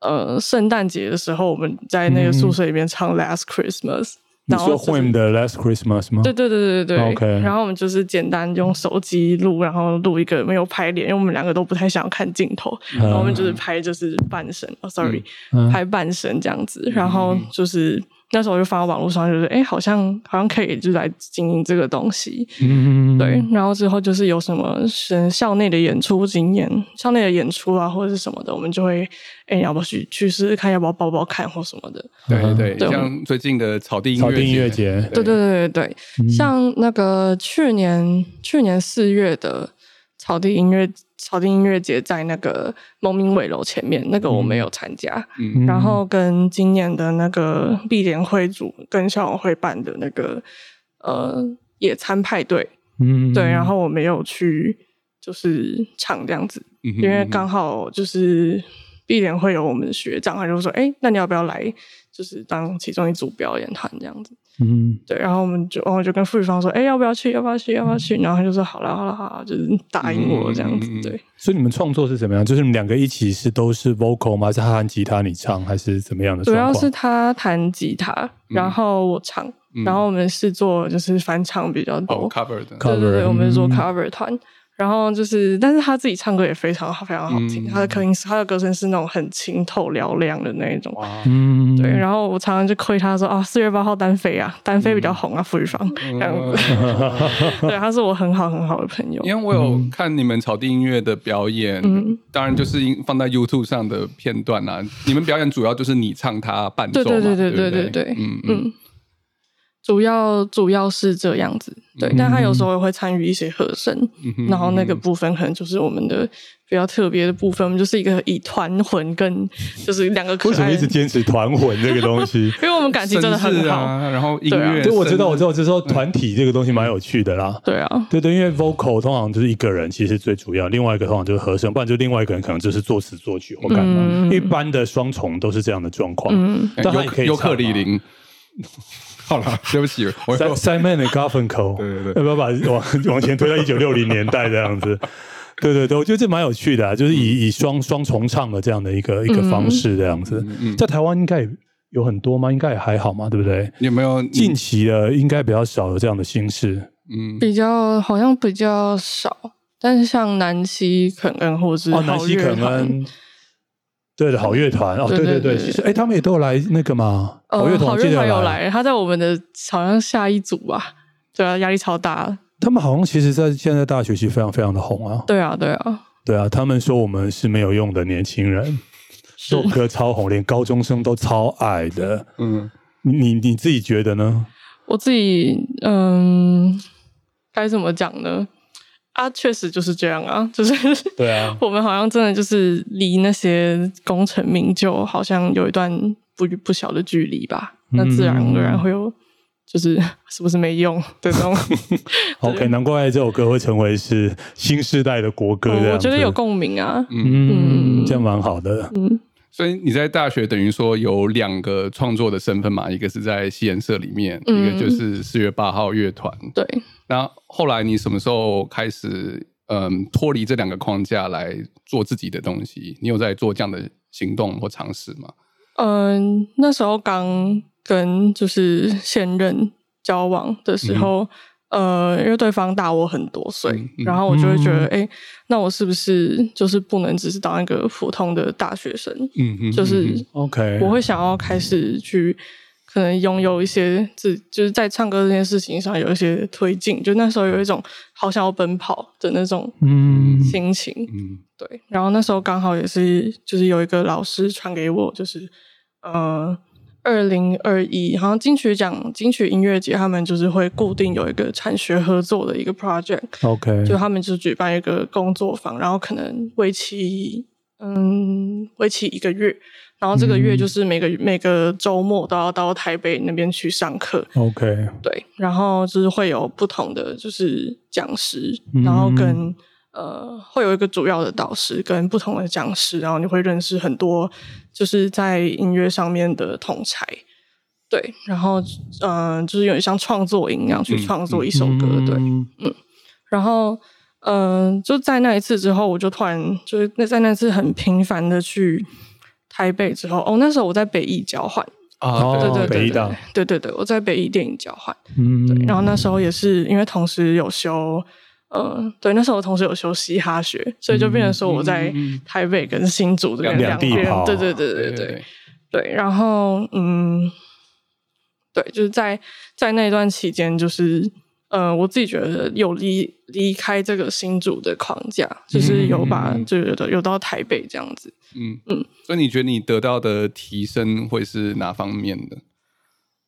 C: 呃，圣诞节的时候，我们在那个宿舍里面唱《Last Christmas》，
B: 嗯你
C: 然后
B: 说
C: 就是
B: Wham 的 Last Christmas 吗？
C: 对对对对对对。
B: OK
C: 然后我们就是简单用手机录，然后录一个没有拍脸，因为我们两个都不太想要看镜头，然后我们就是拍就是半身，哦，sorry，、
B: 嗯
C: 拍半身这样子。然后就是那时候我就发到网络上，就是哎，诶好像好像可以就来经营这个东西。
B: 嗯，嗯，嗯
C: 对，然后之后就是有什么是校内的演出经验，校内的演出啊，或者是什么的，我们就会，哎，要不要去去试试看，要不要包包看或什么的。
A: 对对
C: 对
A: 对，像最近的草地音乐
B: 嗯草地音乐
A: 节，
B: 节，
C: 对对对对对，
B: 嗯
C: 像那个去年去年四月的草地音乐草地音乐节，在那个蒙明尾楼前面，那个我没有参加。
B: 嗯
C: 然后跟今年的那个碧莲会组跟校友会办的那个呃野餐派对，
B: 嗯，
C: 对，然后我没有去就是唱这样子，
A: 嗯哼
C: 因为刚好就是碧莲会有我们的学长，他就说，哎、那你要不要来？就是当其中一组表演团这样子，
B: 嗯，
C: 对，然后我们就，然后我就跟傅宇芳说，哎、要不要去？要不要去？要不要去？然后他就说，好了，好了，好了，就是答应我这样子
A: 嗯嗯嗯嗯嗯，
C: 对，
B: 所以你们创作是怎么样？就是你们两个一起是都是 vocal 吗？还是他弹吉他你唱，还是怎么样的
C: 主
B: 状
C: 要
B: 况？
C: 是他弹吉他，然后我唱，
A: 嗯
C: 然后我们是做就是翻唱比较多，
A: 哦 cover 的，
C: 对对
B: cover，
C: 对，我们是做
B: 嗯
C: cover 团。然后就是，但是他自己唱歌也非常好，非常好听。
A: 嗯
C: 他的歌音是，他的歌声是那种很清透嘹亮的那一种。
A: 哇，
B: 嗯，
C: 对，然后我常常就亏他说啊，四月八号单飞啊，单飞比
A: 嗯
C: 较红啊，付 宇芳这样子。对，他是我很好很好的朋友。
A: 因为我有看你们草地音乐的表演，
C: 嗯
A: 当然就是因放在 YouTube 上的片段啦、你们表演主要就是你唱他伴奏嘛，
C: 对对对
A: 对不
C: 对对对对
A: 嗯嗯
C: 嗯，主要主要是这样子，
B: 嗯
C: 对，但他有时候也会参与一些和声，
A: 哼
C: 然后那个部分可能就是我们的比较特别的部分，我们就是一个以团魂跟就是两个可
B: 为什么
C: 爱
B: 一直
C: 的，
B: 坚持团魂这个东西？
C: 因为我们感情真的
A: 绅
C: 很
A: 士
C: 好，
A: 啊，然后音
C: 对嗯啊
A: 乐，
B: 对，我知道，我知道，就是说团体这个东西蛮有趣的啦。
C: 对啊，
B: 对对，因为 vocal 通常就是一个人，其实最主要，另外一个通常就是和声，不然就另外一个人可能就是作词作曲或干嘛。
C: 嗯
B: 一般的双重都是这样的状况，
C: 嗯
A: 哎
B: 但他
A: 尤
B: 也可以
A: 尤克里
B: 唱啊。
A: 林。 好了，对不起，我
B: Si-
A: 又
B: Simon and Garfunkel，
A: 对对对
B: 要不要把往往前推到一九六零年代这样子？ 对对对，我觉得这蛮有趣的、啊，就是
A: 嗯
B: 以以双双重唱的这样的一个一
C: 嗯
B: 个方式这样子，
A: 嗯
B: 在台湾应该也有很多吗？应该也还好嘛，对不对？
A: 有没有
B: 近期的应该比较少有这样的形式。
A: 嗯
C: 比较好像比较少，但是像南希肯恩或是
B: 哦，南希肯
C: 好乐团
B: 恩，对的，好乐团哦，
C: 对
B: 对对
C: 对
B: 对，
C: 对
B: 其实哎，他们也都有来那个嘛，
C: 呃，
B: 好乐团
C: 好
B: 我记
C: 乐
B: 得
C: 团
B: 有
C: 有，来，他在我们的好像下一组吧，对啊，压力超大，
B: 他们好像其实在现在大学其实非常非常的红啊，
C: 对啊，对啊，
B: 对啊，他们说我们是没有用的年轻人，这
C: 是
B: 首歌超红，连高中生都超爱的，
A: 嗯，
B: 你你自己觉得呢？
C: 我自己，嗯，该怎么讲呢？啊，确实就是这样啊，就是
B: 对啊，
C: 我们好像真的就是离那些功成
B: 嗯
C: 名就，好像有一段不不小的距离吧。那自然而然会有就是 是不是没用的那 种。
B: OK，难怪这首歌会成为是新时代的国歌这样
C: 哦我
B: 子。
C: 觉得有共鸣啊，
B: 嗯，这样蛮好的。
A: 所以你在大学等于说有两个创作的身份嘛，一个是在西研社里面，一个就是四月八号乐团。
C: 对，
A: 那后来你什么时候开始嗯脱离这两个框架来做自己的东西？你有在做这样的行动或尝试吗？
C: 嗯，那时候刚跟就是现任交往的时候，呃，因为对方大我很多岁，
A: 嗯嗯
C: 然后我就会觉得，
B: 嗯
C: 哎、那我是不是就是不能只是当一个普通的大学生？
A: 嗯嗯
C: 就是
B: ，OK，
C: 我会想要开始去。可能拥有一些自，就是在唱歌这件事情上有一些推进，就那时候有一种好想要奔跑的那种
B: 嗯
C: 心情。
A: 嗯
C: 对，然后那时候刚好也是就是有一个老师传给我，就是呃，二零二一好像金曲奖金曲音乐节，他们就是会固定有一个产学合作的一个 project，
B: ，OK，
C: 就他们就举办一个工作坊，然后可能为期嗯为期一个月，然后这个月
B: 嗯
C: 就是每个、每个周末都要到台北那边去上课，
B: OK，
C: 对，然后就是会有不同的就是讲师
B: 嗯，
C: 然后跟、呃会有一个主要的导师跟不同的讲师，然后你会认识很多就是在音乐上面的同才。对，然后嗯、呃就是有点像创作营一样去
A: 嗯
C: 创作一首歌，对。
B: 嗯
C: 然后，嗯、就在那一次之后，我就突然就是那在那次很频繁的去台北之后，哦，那时候我在北艺交换，
A: 啊，
C: 对
B: 哦
C: 对对
B: 北艺
C: 对
B: 大
C: 对对对对，我在北艺电影交换，
B: 嗯，
C: 对，然后那时候也是因为同时有修，呃，对，那时候我同时有修嘻哈学，所以就变成说我在
A: 嗯嗯嗯
C: 台北跟新竹这边
A: 两
C: 两
B: 地
C: 边，
B: 跑
C: 对对对对对对，对然后嗯，对，就是在在那段期间，就是呃，我自己觉得有离离开这个新竹的框架，就是有把、
A: 嗯嗯嗯嗯
C: 就有的有到台北这样子，
A: 嗯嗯
C: 嗯。
A: 所以你觉得你得到的提升会是哪方面的？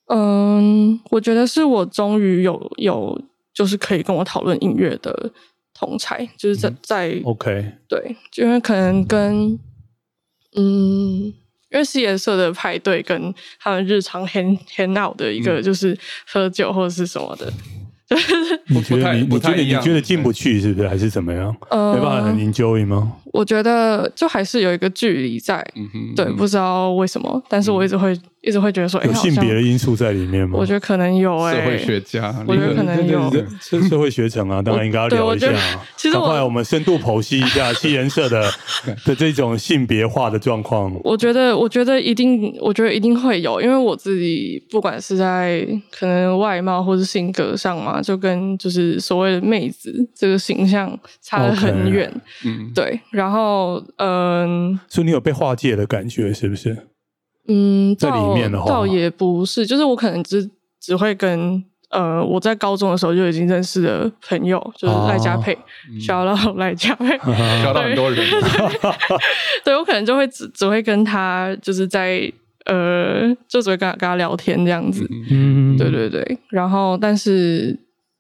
C: 嗯，我觉得是我终于有有就是可以跟我讨论音乐的同才，就是在在、
B: OK，
C: 对，就因为可能跟嗯，因为西颜社的派对跟他们日常 hang hang out 的一个就是喝酒或者是什么的，
B: 你觉
A: 不
B: 得
A: 太
B: 你你
A: 不太
B: 觉得
A: 一
B: 你
A: 样
B: 觉得进不去是不是还是怎么样？
C: 呃，
B: 没办法很 enjoy 吗？
C: 我觉得就还是有一个距离在，
A: 嗯哼，
C: 对，不知道为什么，但是我一直会、一直会觉得说，哎、
B: 有
C: 好
B: 性
C: 像
B: 别的因素在里面吗？
C: 我觉得可能有、哎，
A: 社会学家，
C: 我觉得可能
B: 对
C: 有
B: 对 对社社会学程啊，当然应该要
C: 对
B: 聊
C: 我
B: 一下
C: 觉得
B: 啊。
C: 其实
B: 赶
C: 我
B: 快我们深度剖析一下西人社 的的这种性别化的状况。
C: 我觉得，我觉得一定，我觉得一定会有，因为我自己不管是在可能外貌或是性格上嘛，就跟就是所谓的妹子这个形象差得很
B: OK
C: 远。
A: 嗯，
C: 对，然后嗯
B: 所以你有被划界的感觉是不是？
C: 嗯，
B: 在里
C: 倒
B: 面的话
C: 倒也不是，就是我可能只只会跟呃我在高中的时候就已经认识的朋友，就是赖佳佩，
B: 啊
C: 小到赖佳佩，
B: 嗯
A: 教到很多人，
C: 对我可能就会只只会跟他就是在呃，就只会跟他跟他聊天这样子。
B: 嗯，
C: 对对对，然后但是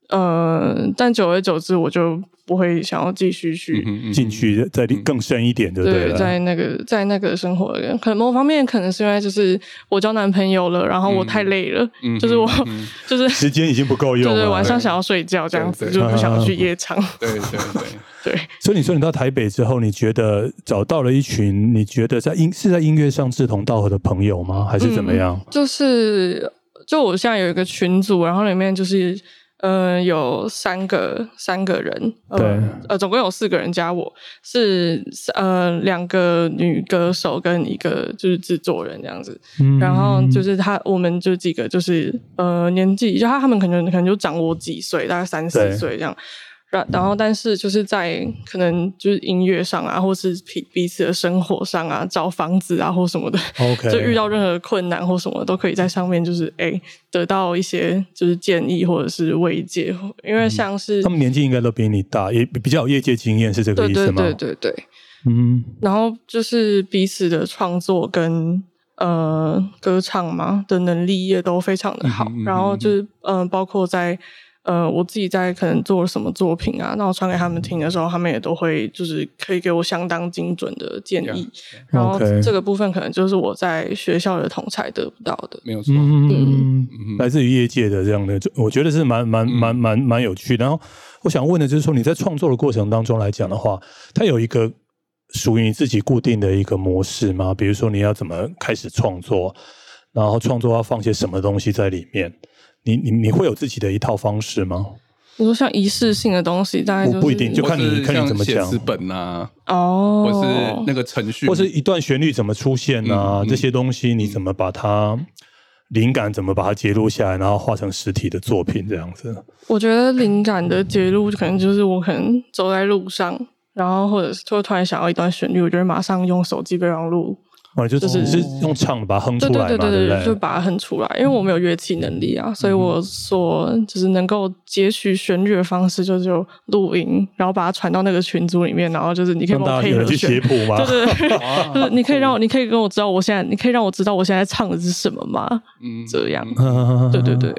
C: 呃，但久而久之我就不会想要继续去、
A: 嗯
B: 进去再里更深一点，对不
C: 对
B: 了？
C: 在那个在那个生活的，可能某方面可能是因为就是我交男朋友了，然后我太累了，
A: 嗯
C: 就是我、
A: 嗯嗯
C: 就是
B: 时间已经不够
C: 对
B: 用
C: 对，晚
B: 了。
C: 上想要睡觉这样子，
A: 对
C: 就不想要 去夜场，
A: 对对对，
C: 对。
B: 所以你说你到台北之后，你觉得找到了一群你觉得在音是在音乐上志同道合的朋友吗？还是怎么样？
C: 就是就我现在有一个群组，然后里面就是呃有三个三个人，呃
B: 对
C: 呃总共有四个人加我是呃两个女歌手跟一个就是制作人这样子，
B: 嗯
C: 然后就是他我们就几个就是呃年纪就他他们可能可能就长我几岁，大概三
B: 对
C: 四岁这样。然然后，但是就是在可能就是音乐上啊，或是彼彼此的生活上啊，找房子啊或什么的
B: 嗯 OK，
C: 就遇到任何困难或什么，都可以在上面就是哎、得到一些就是建议或者是慰藉，因为像是、
B: 嗯他们年纪应该都比你大，也比较有业界经验，是这个
C: 对
B: 意思
C: 对
B: 吗？
C: 对对对，
B: 嗯，
C: 然后就是彼此的创作跟呃歌唱嘛的能力也都非常的好，
A: 嗯哼嗯哼
C: 然后就是嗯、呃包括在呃，我自己在可能做什么作品啊，那我传给他们听的时候，他们也都会就是可以给我相当精准的建议。然后
B: OK
C: 这个部分可能就是我在学校的同才得不到的。
A: 没有错。
B: 嗯嗯嗯嗯，来自于业界的这样的，就我觉得是蛮蛮
A: 嗯
B: 蛮蛮蛮有趣的。然后我想问的就是说，你在创作的过程当中来讲的话，它有一个属于你自己固定的一个模式吗？比如说你要怎么开始创作，然后创作要放些什么东西在里面？你你你会有自己的一套方式吗？
A: 嗯
C: 你说像仪式性的东西，大概
B: 不
C: 就是
B: 不一定就看你
A: 或是
B: 看你怎么
A: 像
B: 讲
A: 写词本啊，
C: 哦，
A: 或是那个程序，
B: 或是一段旋律怎么出现啊？
A: 嗯嗯
B: 这些东西你怎么把它灵感怎么把它揭露下来，然后画成实体的作品这样子？
C: 我觉得灵感的揭露，可能就是我可能走在路上，然后或者是就突然想要一段旋律，我就会马上用手机备忘录，
B: 哦，就
C: 就是
B: 你是用唱的把它哼出
C: 对对
B: 来嘛，
C: 对
B: 对
C: 对对，就
B: 不对？
C: 把它哼出来。因为我没有乐器能力啊，所以我所就是能够截取旋律的方式，就是有录音，然后把它传到那个群组里面，然后就是你可以
B: 让
C: 帮
B: 大
C: 我
B: 家
C: 配
B: 有
C: 合
B: 人去
C: 旋
B: 写
C: 律。
B: 谱嘛？
C: 对对对，
A: 啊
C: 就是你可以让我，你可以跟我知道我现在，你可以让我知道我现在唱的是什么吗？
A: 嗯
C: 这样，
B: 嗯
C: 对对对，，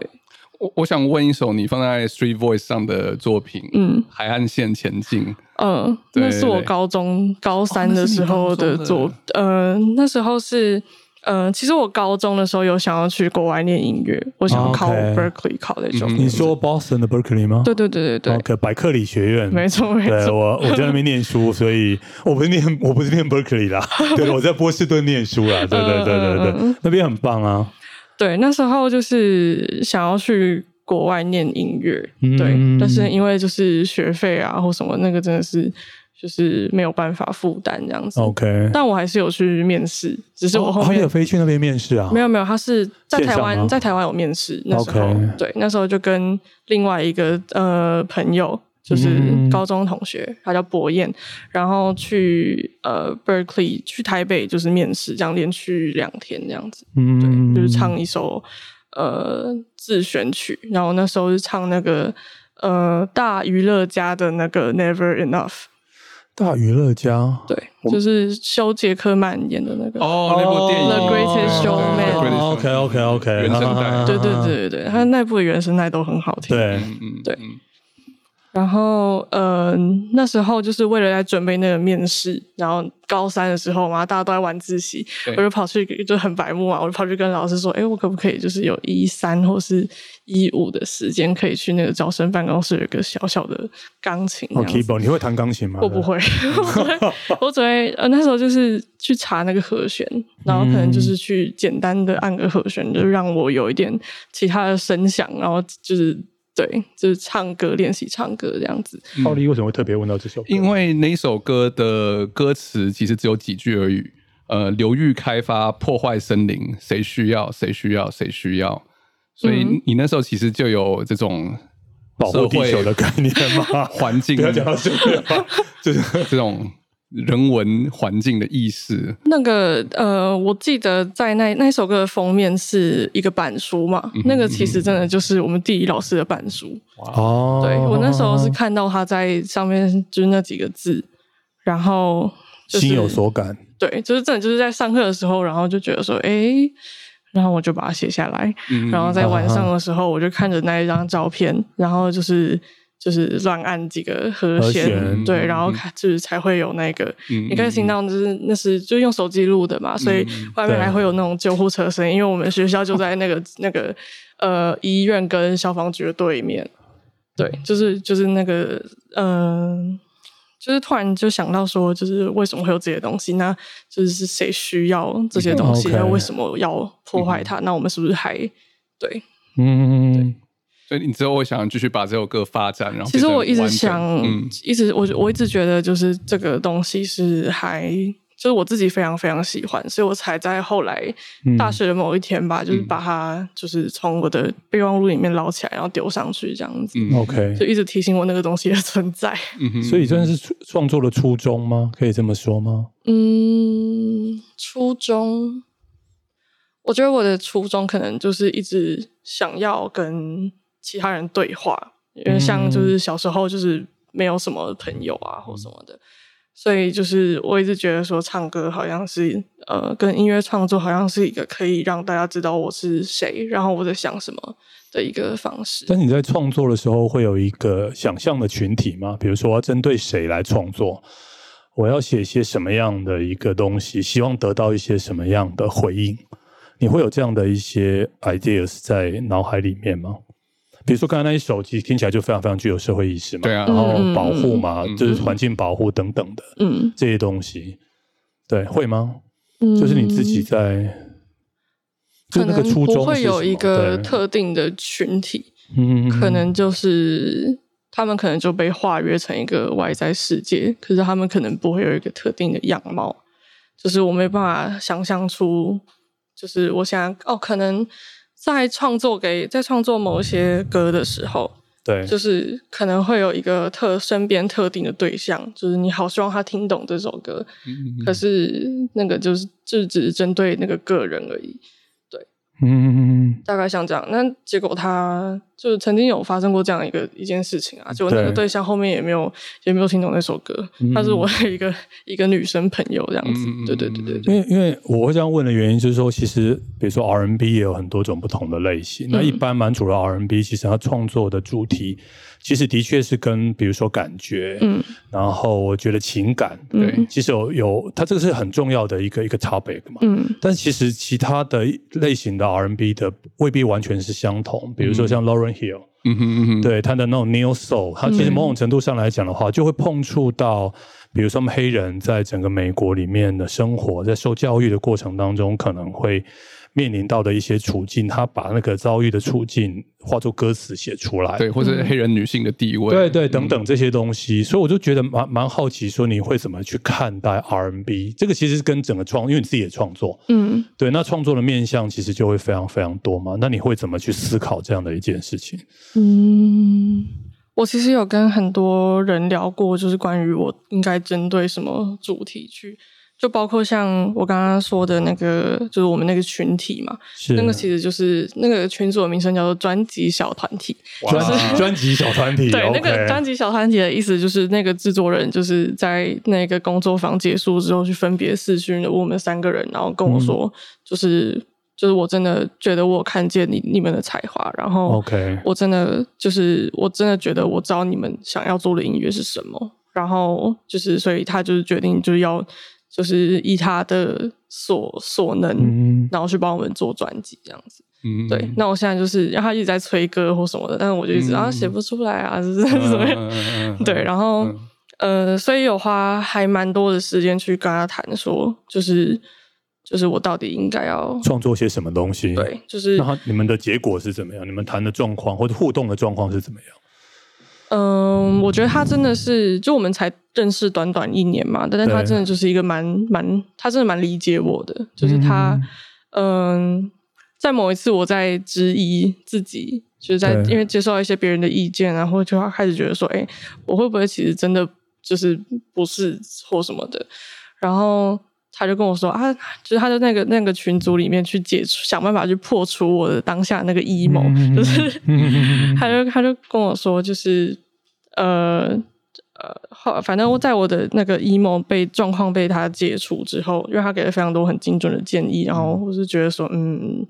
A: 我我想问一首你放在 Street Voice 上的作品，《
C: 嗯。
A: 海岸线前进》。
C: 嗯，
A: 对
C: 那是我
A: 对
C: 高中高三
A: 哦那
C: 的
A: 是你
C: 时候
A: 高中
C: 的
A: 的
C: 作，呃，那时候是，呃，其实我高中的时候有想要去国外念音乐，我想要考
B: OK
C: Berkeley college，
A: 嗯哼
C: of Music、
B: 你说 Boston 的 Berkeley 吗？
C: 对对对对对
B: OK，百克里学院，
C: 没错没
B: 对
C: 错，
B: 我我在那边念书，所 以我不是念我不是念 Berkeley 啦，对，我在波士顿念书啦，对对对对
C: 嗯嗯
B: 对，那边很棒啊，
C: 对，那时候就是想要去国外念音乐，
B: 嗯
C: 对，但是因为就是学费啊或什么那个真的是就是没有办法负担这样子，
A: 哦
B: OK，哦
C: 但我还是有去面试，只是我后
B: 还
C: 面
B: 有飞去那边面试啊？
C: 没有没有，他是在
B: 线
C: 台
B: 上吗
C: 湾，在台湾有面试那时候
B: OK
C: 对，那时候就跟另外一个呃朋友，就是
B: 嗯
C: 高中同学，他叫博彦，然后去呃 Berkeley 去台北就是面试，这样连续两天这样子，对，
B: 嗯，
C: 就是唱一首呃自选曲，然后那时候是唱那个呃大娱乐家的那个 Never Enough，
B: 大娱乐家，
C: 对，就是修杰克曼演的那个
A: 哦，那部电影
C: The Greatest
A: 对
C: Showman
A: 对对 The Greatest Showman
B: OK，OK，OK
A: 原声带，
C: 对对对对
B: 哦
C: 对，他那部的原声带都很好听。
B: 对，
A: 嗯嗯，
C: 对
A: 嗯
C: 然后，嗯、那时候就是为了来准备那个面试，然后高三的时候嘛，大家都在晚自习，
A: 对
C: 我就跑去就很白目啊，我就跑去跟老师说，哎，我可不可以就是有一三或是一五的时间，可以去那个招生办公室有一个小小的钢琴这
B: 哦
C: 样子。
B: ，keyboard，你会弹钢琴吗？
C: 我 不会，我只会，我只会呃那时候就是去查那个和弦，然后可能
B: 嗯
C: 就是去简单的按个和弦，就让我有一点其他的声响，然后就是对，就是唱歌练习唱歌这样子。
B: 奥利为什么会特别问到这首歌？
A: 因为那首歌的歌词其实只有几句而已。呃，流域开发破坏森林，谁需要？谁需要？谁需要？所以
C: 嗯
A: 你那时候其实就有这种
B: 保护地球的概念 嘛，
A: 环境
B: 不要讲到这个吧，就是
A: 这种人文环境的意识。
C: 那个呃，我记得在那那首歌的封面是一个板书嘛，
B: 嗯
C: 那个其实真的就是我们地理老师的板书。
B: 哦
C: 对我那时候是看到他在上面就是那几个字，然后就是
B: 心有所感，
C: 对，就是真的就是在上课的时候，然后就觉得说，哎、然后我就把它写下来，
A: 嗯
C: 然后在晚
B: 啊
C: 上的时候，我就看着那一张照片，然后就是就是乱按几个和
B: 和
C: 弦，
B: 弦
C: 对，
A: 嗯
C: 然后
A: 嗯
C: 看就是才会有那个，
A: 嗯
C: 你可以听到就是那是就用手机录的嘛，所以
A: 嗯
C: 外面
B: 对
C: 还会有那种救护车声，因为我们学校就在那个 那个呃医院跟消防局的对面，对，就是就是那个嗯。就是突然就想到说，就是为什么会有这些东西？那就是是谁需要这些东西？
B: 嗯，OK
C: 那为什么要破
A: 嗯
C: 坏它？那我们是不是还对？
B: 嗯，
A: 所以你之后会想继续把这首歌发展，然后
C: 其实我一
A: 哦变成
C: 直
A: 完整
C: 想，
A: 嗯
C: 一直我我一直觉得就是这个东西是还就是我自己非常非常喜欢，所以我才在后来
B: 嗯
C: 大学的某一天吧，就是把它就是从我的备忘录里面捞起来，然后丢上去这样子，
A: 嗯
B: OK，
C: 就一直提醒我那个东西的存在。
A: 嗯哼
B: 所以真的是初创作的初衷吗？可以这么说吗？
C: 嗯，初衷，我觉得我的初衷可能就是一直想要跟其他人
B: 嗯
C: 对话，因为像就是小时候就是没有什么朋友啊或什么的，所以就是我一直觉得说，唱歌好像是呃，跟音乐创作好像是一个可以让大家知道我是谁，然后我在想什么的一个方式。
B: 但你在创作的时候会有一个想象的群体吗？比如说，我要针对谁来创作？我要写些什么样的一个东西？希望得到一些什么样的回应？你会有这样的一些 ideas 在脑海里面吗？比如说刚才那一首，其实听起来就非常非常具有社会意识嘛，
A: 对啊
B: 然后保护嘛，
A: 嗯
B: 就是环境保护等等的
C: 嗯，
B: 这些东西，对，会吗？就是你自己在，就
C: 嗯可
B: 是那个
C: 能
B: 初衷
C: 不会
B: 是什
C: 有一
B: 么
C: 个
B: 对
C: 特定的群体，
B: 嗯，
C: 可能就是他们可能就被化约成一个外在世界，可是他们可能不会有一个特定的样貌，就是我没办法想象出，就是我想哦，可能在创作给在创作某一些歌的时候，
B: 对，
C: 就是可能会有一个特身边特定的对象，就是你好希望他听懂这首歌，
B: 嗯
A: 嗯
C: 可是那个就是就只是针对那个个人而已。
B: 嗯，
C: 大概像这样。那结果他就是曾经有发生过这样一个一件事情啊，就那个
B: 对
C: 对象后面也没有也没有听懂那首歌，她是我的一个一个女生朋友这样子
A: 嗯嗯嗯嗯。
C: 对对对对对，
B: 因为因为我会这样问的原因，就是说，其实比如说 R&B 也有很多种不同的类型。那一般满主流 R&B，其实它创作的主题，其实的确是跟比如说感觉，
C: 嗯，
B: 然后我觉得情感，
A: 对
B: 其实有有它这个是很重要的一个一个 topic 嘛。
C: 嗯
B: 但其实其他的类型的 R&B 的未必完全是相同，比如说像 Lauren Hill，、
A: 嗯哼嗯哼，
B: 对他的那种 neo soul，他
C: 嗯
B: 其实某种程度上来讲的话，就会碰触到，比如说我们黑人在整个美国里面的生活，在受教育的过程当中，可能会面临到的一些处境，他把那个遭遇的处境化作歌词写出来。
A: 对，或嗯
C: 嗯
A: 是黑人女性的地位，
B: 对对，等等这些东西，所以我就觉得蛮蛮好奇，说你会怎么去看待 R&B 这个？其实跟整个创，因为你自己也创作，
C: 嗯，
B: 对，那创作的面向其实就会非常非常多嘛。那你会怎么去思考这样的一件事情？
C: 嗯，我其实有跟很多人聊过，就是关于我应该针对什么主题去，就包括像我刚刚说的那个，就是我们那个群体嘛，
B: 是
C: 那个其实就是那个群组的名称叫做专辑小团体，
B: 专专辑小团体，
C: 对，那个
B: OK
C: 专辑小团体的意思就是，那个制作人就是在那个工作坊结束之后，去分别试训了我们三个人，然后
B: 嗯
C: 跟我说，就是就是我真的觉得我有看见你你们的才华，然后
B: OK
C: 我真的就是我真的觉得我知道你们想要做的音乐是什么，然后就是所以他就是决定就是要就是以他的所所能，
B: 嗯
C: 然后去帮我们做专辑这样子。
A: 嗯
C: 对，那我现在就是让他一直在催歌或什么的，但是我就一直
A: 嗯
C: 啊写不出来啊，就是怎么样？
A: 嗯
C: 对，然后、呃，所以有花还蛮多的时间去跟他谈，说就是就是我到底应该要
B: 创作些什么东西？，
C: 对，就是
B: 那他你们的结果是怎么样？你们谈的状况或者互动的状况是怎么样？
C: 嗯，我觉得他真的是，就我们才认识短短一年嘛，但是他
B: 对
C: 真的就是一个蛮蛮，他真的蛮理解我的，就是他，嗯在某一次我在质疑自己，就是在
B: 对
C: 因为接受到一些别人的意见，然后就要开始觉得说，哎、我会不会其实真的就是不是或什么的，然后。他就跟我说啊，就是他在那个那个群组里面去解除，想办法去破除我的当下那个 emo，、就是
B: 嗯
C: 他就他就跟我说，就是呃呃，后反
B: 嗯
C: 正我在我的那个 emo 被状况被他解除之后，因为他给了非常多很精准的建议，然后我是觉得说，嗯，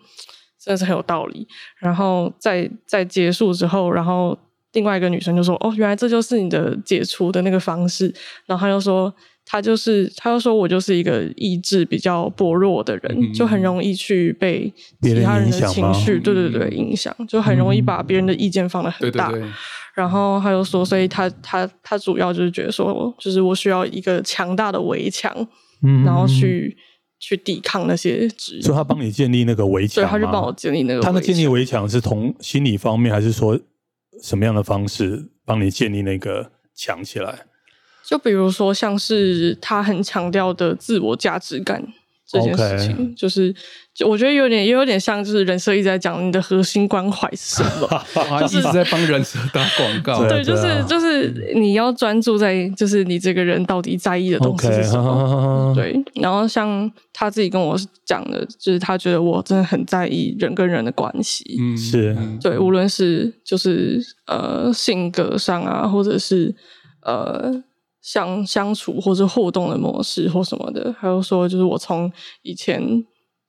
C: 真的是很有道理。然后在在结束之后，然后另外一个女生就说，哦，原来这就是你的解除的那个方式。然后他就说。他就是，他就说我就是一个意志比较薄弱的人，
A: 嗯
C: 就很容易去被
B: 别
C: 其
B: 人
C: 他人
B: 影
C: 的
B: 响
C: 情
B: 吗嗯
C: 绪对对对，影响就很容易把别人的意见放得很
A: 对对
C: 大。
A: 对，
C: 然后他又说，所以他他他主要就是觉得说，就是我需要一个强大的围墙，
B: 嗯
C: 然后，去、去抵抗那些质疑
B: 所。以他帮你建立那个围
C: 所
B: 墙
C: 以
B: 吗，
C: 他就帮我建立那个
B: 他的
C: 围
B: 建立
C: 墙
B: 围墙是从心理方面，还是说什么样的方式帮你建立那个墙起来？
C: 就比如说，像是他很强调的自我价值感这件事情就是就我觉得有点也有点像，就是人设一直在讲你的核心关怀是什么。
A: 哇，一直在帮人设打广告，
B: 对
C: 对，就
B: 对
C: 是
B: 啊
C: 就是你要专注在，就是你这个人到底在意的东西
B: OK，
C: 是什
B: 哈，
C: 么。对，然后像他自己跟我讲的，就是他觉得我真的很在意人跟人的关系，
A: 嗯
B: 是
A: 嗯
C: 对，无论是就是呃性格上啊，或者是呃相相处或是互动的模式或什么的。还有说，就是我从以前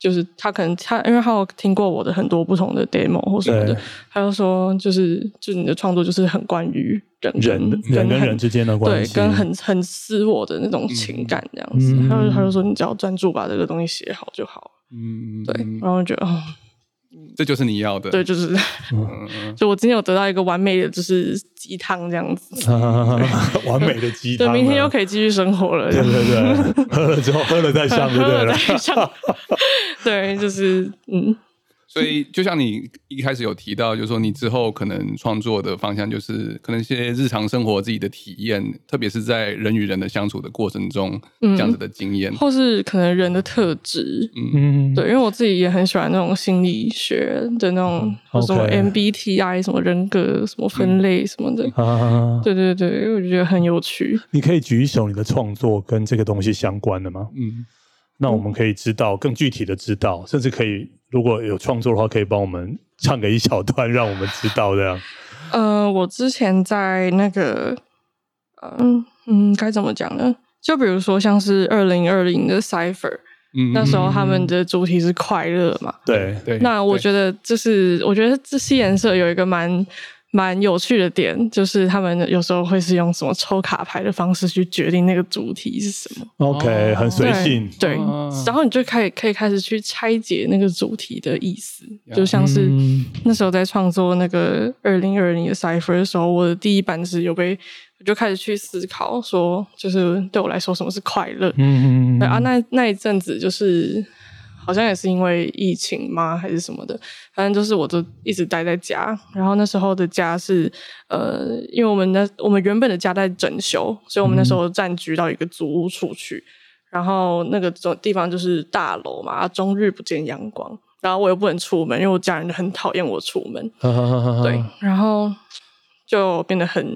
C: 就是他可能他，因为他有听过我的很多不同的 demo 或什么的
B: 对，
C: 还有说就是就你的创作就是很关于人跟
B: 人人跟
C: 很
B: 人之间的关
C: 对，
B: 系，
C: 跟很很私我的那种情感这样子。
B: 嗯
C: 他就他就说，你只要专注把这个东西写好就好了。
A: 嗯，
C: 对，
A: 嗯
C: 然后就觉得哦，
A: 这就是你要的，
C: 对，就是
B: 嗯
C: 就我今天有得到一个完美的就是鸡汤这样子，
B: 完美的鸡汤
C: 对，
B: 啊，
C: 明天又可以继续生活了。这
B: 对对
C: 样
B: 对，喝了之后喝了再 上，对
C: 喝
B: 不对
C: 了
B: 了
C: 再？ 上，对，就是嗯，
A: 所以就像你一开始有提到，就是说你之后可能创作的方向就是可能一些日常生活自己的体验，特别是在人与人的相处的过程中，
C: 嗯
A: 这样子的经验。
C: 或是可能人的特质，
B: 嗯，
C: 对，因为我自己也很喜欢那种心理学的那种，或什么
B: 嗯 OK 嗯
C: MBTI 什么人格什么分类什么的，
B: 啊，
C: 对对对，我就觉得很有趣。
B: 你可以举一首你的创作跟这个东西相关的吗？
A: 嗯，
B: 那我们可以知道更具体的知道，甚至可以如果有创作的话，可以帮我们唱个一小段，让我们知道这样。
C: 呃，我之前在那个，嗯嗯，该怎么讲呢？就比如说像是二零二零的 Cipher，
A: 嗯
C: 那时候他们的主题是快乐嘛。
B: 对，
A: 对，
C: 那我
A: 得
C: 觉得就是，我觉得这些颜色有一个蛮蛮有趣的点，就是他们有时候会是用什么抽卡牌的方式去决定那个主题是什么。
B: OK，、
A: 哦
B: 很随性。
C: 对，
A: 哦
C: 然后你就开始可以开始去拆解那个主题的意思，
A: Yeah
C: 就像是
B: 嗯
C: 那时候在创作那个二零二零的 cipher 的时候，我的第一版是有被我就开始去思考说，就是对我来说什么是快乐。
B: 嗯
C: 对啊，那那一阵子就是好像也是因为疫情吗，还是什么的，反正就是我就一直待在家。然后那时候的家是呃，因为我们那我们原本的家在整修，所以我们那时候暂居到一个租屋处去。然后那个种地方就是大楼嘛，终日不见阳光。然后我又不能出门，因为我家人很讨厌我出门。
B: 嗯
C: 对，然后就变得很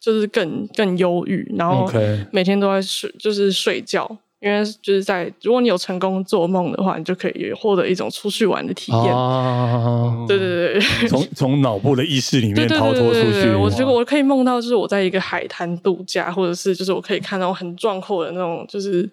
C: 就是更更忧郁，然后
B: OK
C: 每天都在睡，就是睡觉，因为就是在如果你有成功做梦的话，你就可以获得一种出去玩的体验。
B: 啊，
C: 对对对对。
B: 从从脑部的意识里
C: 对
B: 面
C: 对
B: 逃
C: 对
B: 脱
C: 对
B: 出
C: 对
B: 去
C: 对，。我觉得我可以梦到，就是我在一个海滩度假，或者是就是我可以看到很壮阔的那种，就是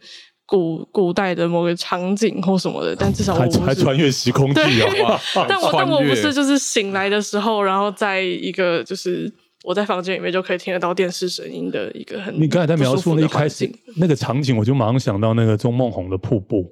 C: 古古代的某个场景或什么的。但至少我
B: 还
C: 不
B: 还
C: 是
B: 穿越时空剧
C: 对
B: 啊！哇
C: 但我
A: 穿
C: 但我不
A: 越
C: 是，就是醒来的时候，然后在一个就是我在房间里面就可以听得到电视声音的一个很
B: 你刚才在描述
C: 嗯不舒服
B: 那
C: 的
B: 一开
C: 环
B: 始
C: 境
B: 那个场景，我就马上想到那个钟梦红的瀑布，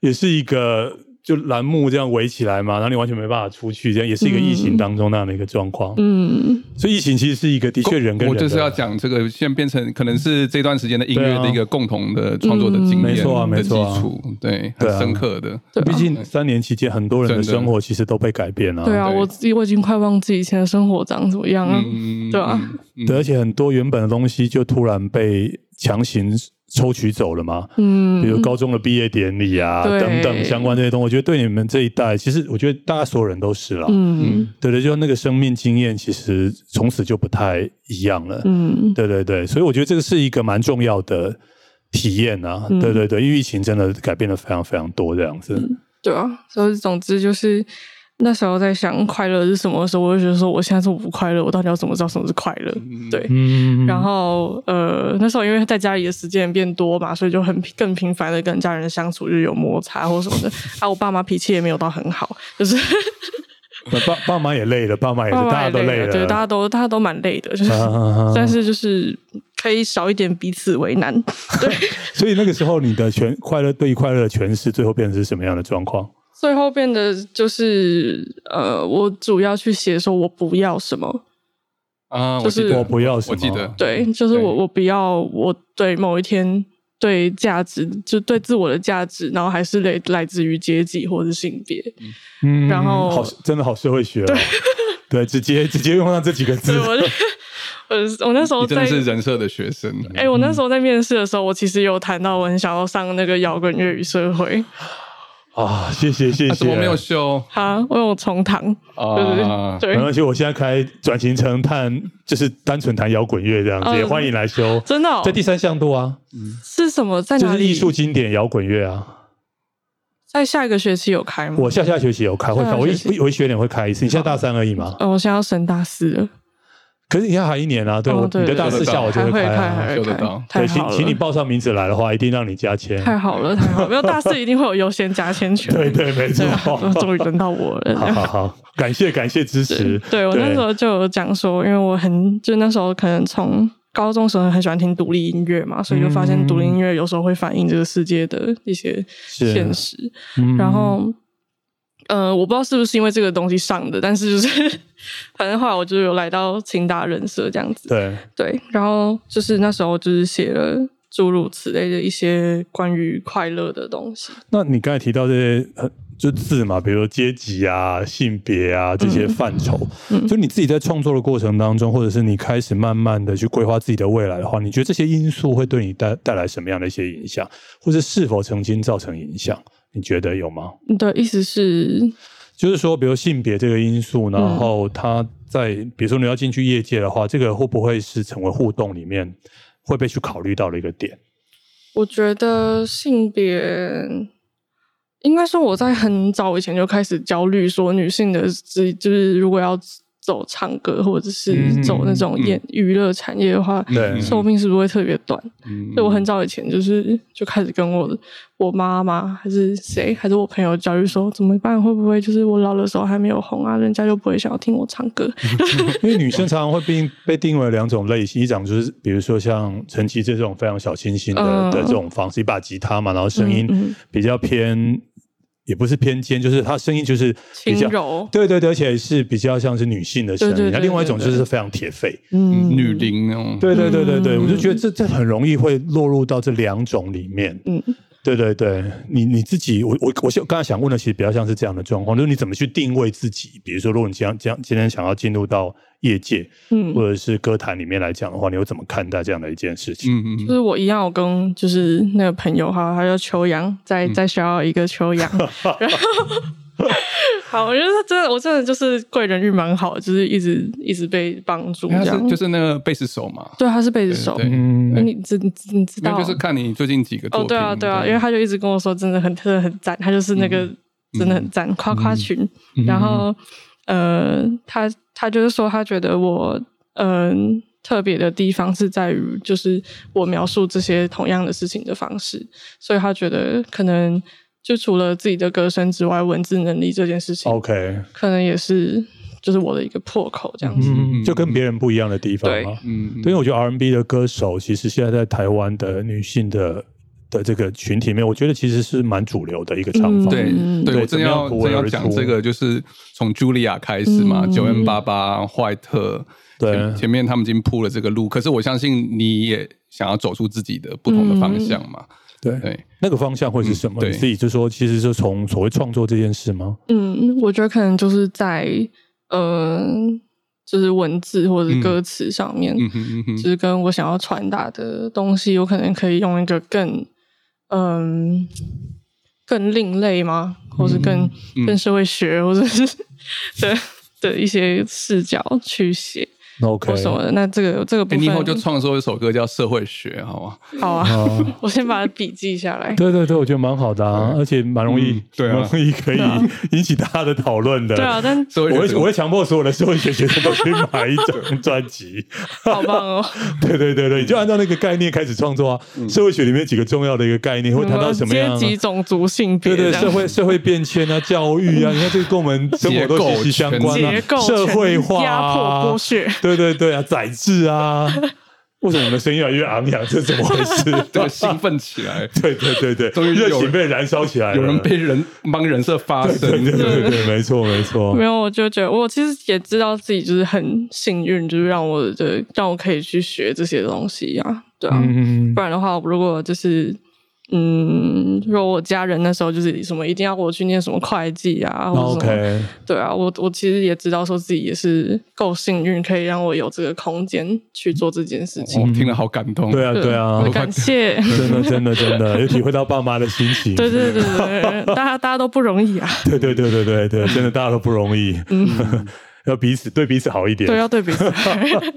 B: 也是一个就栏目这样围起来嘛，然后你完全没办法出去，这样也是一个疫情当中那样的一个状况。
C: 嗯，
B: 所以疫情其实是一个的确人跟人的，
A: 我就是要讲这个，现在变成可能是这段时间的音
B: 对
A: 乐
B: 啊
A: 的一个共同的创作的经验
C: 嗯
A: 的
B: 没
A: 基
B: 错啊没错啊
A: 础，对，
B: 对啊
A: 很深刻的。
C: 对
B: 毕
C: 啊。
B: 竟三年期间很多人的生活其实都被改变了、
C: 对啊，
A: 对
C: 我自己我已经快忘记以前的生活长怎么样了。
A: 嗯
C: 对啊，
A: 嗯
B: 对，而且很多原本的东西就突然被强行抽取走了嘛。
C: 嗯，
B: 比如高中的毕业典礼啊，
C: 对
B: 等等相关这些东西，我觉得对你们这一代，其实我觉得大家所有人都是啦。
C: 嗯
B: 对对，就那个生命经验，其实从此就不太一样了。
C: 嗯
B: 对对对，所以我觉得这个是一个蛮重要的体验啊。
C: 嗯
B: 对对对，因为疫情真的改变了非常非常多这样子。
C: 对啊，所以总之就是那时候在想快乐是什么的时候，我就觉得说我现在这么不快乐，我到底要怎么知道什么是快乐？对，
B: 嗯
C: 然后呃那时候因为在家里的时间变多嘛，所以就很更频繁的跟家人相处，就有摩擦或什么的。啊，我爸妈脾气也没有到很好，就是
B: 爸爸妈也累了，爸妈也是，
C: 爸妈
B: 哎大家
C: 也
B: 都累
C: 了，对，大家
B: 了。
C: 都大家都蛮累的，就是。
B: 啊
C: 但是就是可以少一点彼此为难，
B: 所以那个时候，你的全快乐对于快乐的诠释，最后变成是什么样的状况？
C: 最后变得就是呃，我主要去写说我不要什么，
A: 啊，
C: 就
A: 我
C: 是
A: 记得
B: 我不要什么
A: 我记得，
C: 对，就是我我不要我对某一天对价值就对自我的价值，然后还是来来自于阶级或是性别，
B: 嗯
C: 然后
B: 好，真的好社会学哦。对，直接直接用上这几个字
C: 对，我就 我我那时候
A: 你真
C: 在
A: 的。是人设的学生。
C: 哎、我那时候在面试的时候，我其实有谈到我很想要上那个摇滚乐与社会，
B: 啊！谢谢谢
A: 那
B: 谢。
A: 怎么没有修
C: 哈，我有重堂，
A: 啊？
C: 对
B: 没
C: 对，
B: 关系，我现在开转型成探，就是单纯弹摇滚乐这样子，
C: 嗯
B: 也欢迎来修。
C: 真的、哦
B: 在，第三项度啊，
C: 是什么在
B: 就
C: 哪
B: 是
C: 里？
B: 艺术经典摇滚乐啊。
C: 在下一个学期有开吗？
B: 我下下学期有开会开，
C: 下下
B: 我一
C: 学期哦
B: 我一学年会开一次。你现在大三而已嘛？
C: 呃，我现在要升大四了，
B: 可是你要还一年啊，对，
C: 哦
B: 我
C: 对
B: 你的大四下我就
C: 还会
B: 开
C: 开，
B: 啊。
C: 还
A: 修
C: 会
A: 得
C: 开
A: 到，
B: 对，
C: 太
B: 请
C: 好
B: 请你
C: 了，
B: 报上名字来的话，一定让你加签。
C: 太好了，太好了！没有大四一定会有优先加签权。
B: 对对，没错。
C: 对啊，
B: 好
C: 终于轮到我 了。
B: 好好，感谢感谢支持。
C: 对我那时候就有讲说，因为我很就那时候可能从高中时候很喜欢听独立音乐嘛，所以就发现独立音乐有时候会反映这个世界的一些
B: 是
C: 现实。
B: 嗯
C: 然后，呃，我不知道是不是因为这个东西上的，但是就是反正后来我就有来到清大人社这样子。
B: 嗯对，
C: 对，然后就是那时候就是写了诸如此类的一些关于快乐的东西。
B: 那你刚才提到这些呃就字嘛，比如说阶级啊、性别啊这些范畴，
C: 嗯
B: 就你自己在创作的过程当中，或者是你开始慢慢的去规划自己的未来的话，你觉得这些因素会对你带带来什么样的一些影响，或者是否曾经造成影响？你觉得有吗？
C: 你的意思是，
B: 就是说，比如性别这个因素，然
C: 嗯
B: 后它在比如说你要进去业界的话，这个会不会是成为互动里面会被去考虑到的一个点？
C: 我觉得性别。应该说，我在很早以前就开始焦虑，说女性的职就是如果要走唱歌或者是
B: 嗯
C: 走那种演娱乐产业的话，
B: 对
C: 寿命是不是会特别短？
A: 嗯
C: 所以我很早以前就是就开始跟我我妈妈还是谁还是我朋友教育说怎么办？会不会就是我老的时候还没有红啊，人家就不会想要听我唱歌？
B: 嗯因为女生常常会被被定为两种类型，一种就是比如说像陈绮这种非常小清新的、
C: 嗯
B: 的这种方式，一把吉他嘛，然后声音
C: 嗯嗯
B: 比较偏，也不是偏尖，就是她声音就是 比较
C: 轻柔
B: 对对对，而且是比较像是女性的声音。
C: 对对对
B: 那另外一种
C: 对
B: 就
C: 对
B: 是非常铁肺，
C: 嗯，
A: 女哦伶那种，
B: 对对对对对，
C: 嗯
B: 我就觉得这这很容易会落入到这两种里面。
C: 嗯，
B: 对对对，你你自己，我我我刚才想问的，其实比较像是这样的状况，就是你怎么去定位自己？比如说，如果你今今今天想要进入到业界，
C: 嗯
B: 或者是歌坛里面来讲的话，你又怎么看待这样的一件事情？
A: 嗯嗯
C: 就是我一样，我跟就是那个朋友哈，他叫秋阳，在在学校一个秋阳，然后 好，我觉得他真的，我真的就是贵人运蛮好的，就是一直一直被帮助
A: 因为
C: 这
A: 他是
C: 样。
A: 就是那个贝斯手嘛，
C: 对，他是贝斯手
A: 对，对
B: 嗯，
C: 你知你知你知
A: 因
C: 道
A: 为就是看你最近几个作
C: 哦，
A: 品，
C: 对啊，对啊，因为他就一直跟我说，真的很真的很赞，他就是那个、
A: 嗯
C: 真的很赞夸夸群。然后
A: 嗯
C: 呃，他他就是说，他觉得我嗯、特别的地方是在于，就是我描述这些同样的事情的方式，所以他觉得可能就除了自己的歌声之外，文字能力这件事
A: 哦
C: 情，
B: OK，
C: 可能也是就是我的一个破口这样子。
B: 嗯，就跟别人不一样的地方嘛。
A: 嗯嗯
B: 对，因为我觉得 R&B 的歌手，其实现在在台湾的女性的的这个群体里面，我觉得其实是蛮主流的一个唱法。
A: 对
C: 嗯
A: 对，
B: 对
A: 我正要
B: 怎么样不
A: 正
B: 为
A: 要
B: 而
A: 讲
B: 出
A: 这个，就是从茱莉亚开始嘛，
C: 嗯
A: 九 N 八八、坏特，
B: 对
A: 前前面他们已经铺了这个路，可是我相信你也想要走出自己的不同的方向嘛，
B: 对
A: 对，
B: 那个方向会是什么？
A: 嗯对
B: 你自己就说，其实就从所谓创作这件事吗？
C: 嗯，我觉得可能就是在呃，就是文字或者是歌词上面，
A: 嗯哼嗯
C: 就
A: 哼，
C: 是跟我想要传达的东西，我可能可以用一个更嗯、更另类吗？或是更、
A: 嗯
C: 更社会学，或者是 的的一些视角去写
B: 那 OK，
C: 或什么的。那这个这个部
A: 哎，
C: 分，
A: 你以后就创作一首歌叫《社会学》，好吗？
C: 好啊，
B: 啊
C: 我先把它笔记下来。
B: 对对对，我觉得蛮好的啊，而且蛮容易，
A: 嗯对啊
B: 蛮容易可 以引起大家的讨论的。
C: 对啊， 但
A: 社
B: 我
A: 会
B: 会
A: 学
B: 我会强迫所有的社会学学生都去买一张 专辑。
C: 好棒哦！
B: 对对对
A: 嗯
B: 对，你就按照那个概念开始创作啊。社会学里面几个重要的一个概念会谈到什么样、
C: 嗯阶
B: 啊？
C: 级、种族、性别
B: 对
C: 这
B: 对，
C: 样？
B: 社会社会变迁啊，教育啊，你看这个跟我们生活都息息相关啊
C: 结构、，
B: 社会化、啊、
C: 压迫、剥削。
B: 对 对对啊，宰制啊！为什么我们的声音越来越昂扬？这是怎么回 事？
A: 这个兴奋起 来，
B: 对对对对，
A: 终于有
B: 热
A: 人
B: 情被燃烧起来了，
A: 有人被人帮人设发
B: 对对
A: 声，
B: 对对，没错没错
C: 没，有，我就觉得我其实也知道自己就是很幸运，就是让我的让我可以去学这些东西啊，对啊，
B: 嗯，
C: 不然的话，如果就是嗯，如果我家人那时候就是什么一定要我去念什么会计啊，
A: 嗯
C: 或者什么
B: 哦 OK，
C: 对啊，我我其实也知道说自己也是够幸运，可以让我有这个空间去做这件事情。
A: 我听了好感动，
B: 对啊对啊
C: 我，感谢，
B: 真的真的真的，有体会到爸妈的心情，
C: 对对对对对，大家大家都不容易 啊，
B: 对对对对对对，真的大家都不容易，
A: 嗯
B: 要彼此对彼此好一点
C: 对，，要对比。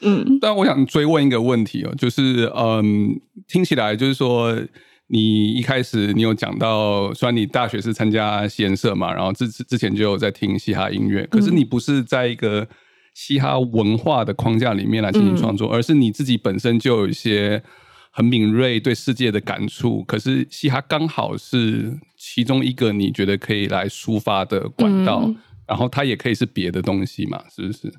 C: 嗯，
A: 但我想追问一个问题哦，就是嗯，听起来就是说，你一开始你有讲到，虽然你大学是参加西研社嘛，然后之之前就有在听嘻哈音乐，可是你不是在一个嘻哈文化的框架里面来进行创作，而是你自己本身就有一些很敏锐对世界的感触。可是嘻哈刚好是其中一个你觉得可以来抒发的管道，
C: 嗯
A: 然后它也可以是别的东西嘛，是不是？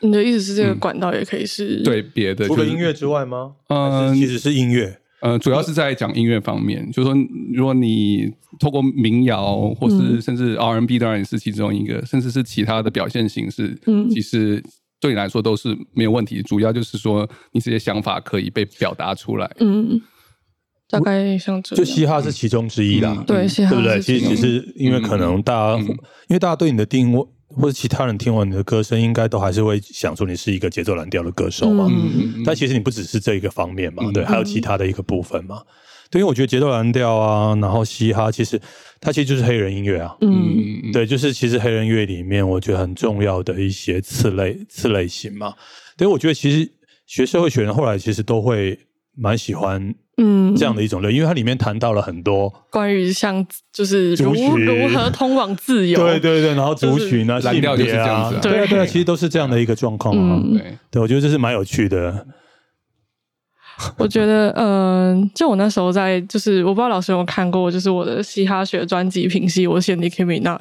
C: 你的意思是这个
B: 嗯
C: 管道也可以是？
A: 对，别的
B: 除
A: 就
B: 了
A: 是
B: 音乐之外吗？
A: 嗯
B: 还是其实是音乐，
A: 呃，主要是在讲音乐方面，就是说，如果你透过民谣，或
B: 嗯
A: 是甚至 R&B，当然也是其中一个，甚至是其他的表现形式，
C: 嗯
A: 其实对你来说都是没有问题。主要就是说，你这些想法可以被表达出来。
C: 嗯，大概像这
B: 就
C: 样。
B: 嘻哈是其中之一啦
A: 嗯，
C: 对嘻哈
B: 对不对？
C: 是
B: 其实
C: 其中
B: 只是因为可能大家，因为大家对你的定位，或者其他人听完你的歌声，应该都还是会想说你是一个节奏蓝调的歌手嘛。
C: 嗯
A: 嗯
B: 但其实你不只是这一个方面嘛，
A: 嗯
B: 对，还有其他的一个部分嘛。对，因为我觉得节奏蓝调啊，然后嘻哈，其实它其实就是黑人音乐啊。
C: 嗯
A: 嗯，
B: 对，就是其实黑人乐里面，我觉得很重要的一些次类次类型嘛。对，我觉得其实学社会学人后来其实都会蛮喜欢
C: 嗯，
B: 这样的一种类，因为它里面谈到了很多，
C: 关于像就是如
B: 族群
C: 如何通往自由，
B: 对对对，然后族群啊、
A: 就是
B: 性
A: 蓝调就是
B: 别
A: 这样
B: 啊
A: 子啊，
B: 对啊
C: 对
B: 对啊，其实都是这样的一个状况啊。
C: 嗯
A: 对，
B: 对，我觉得这是蛮有趣的。
C: 我觉得，嗯、就我那时候在，就是我不知道老师有没有看过，就是我的嘻哈学专辑《平息我献给 Kimi Nash》。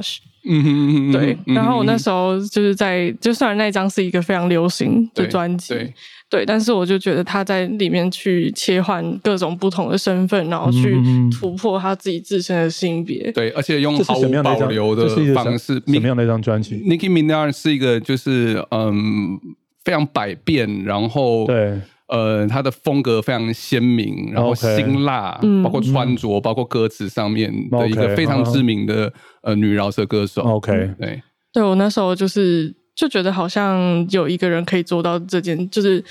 A: 嗯哼嗯哼
C: 对，
A: 嗯哼
C: 然后我那时候就是在，就虽然那张是一个非常流行
B: 嗯
C: 的
A: 对
C: 专辑，
A: 对，
C: 对，但是我就觉得他在里面去切换各种不同的身份，然后去
B: 嗯
C: 突破他自己自身的性别。
A: 对，而且用
B: 这是
A: 毫
B: 什么
A: 无
B: 样的一
A: 保
B: 张？
A: 留的
B: 这是一个
A: 方式，
B: 什么样的一张专辑？
A: Nicki Minaj 是一个就是嗯非常百变，然后
B: 对
A: 呃他的风格非常鲜明，然后
B: OK
A: 辛辣
C: 嗯
A: 包括穿着、包括歌词上面的一个
B: OK，嗯
A: 非常知名的、呃女饶舌歌手。
B: ，OK，
A: 对，
C: 对我那时候就是就觉得好像有一个人可以做到这件，就是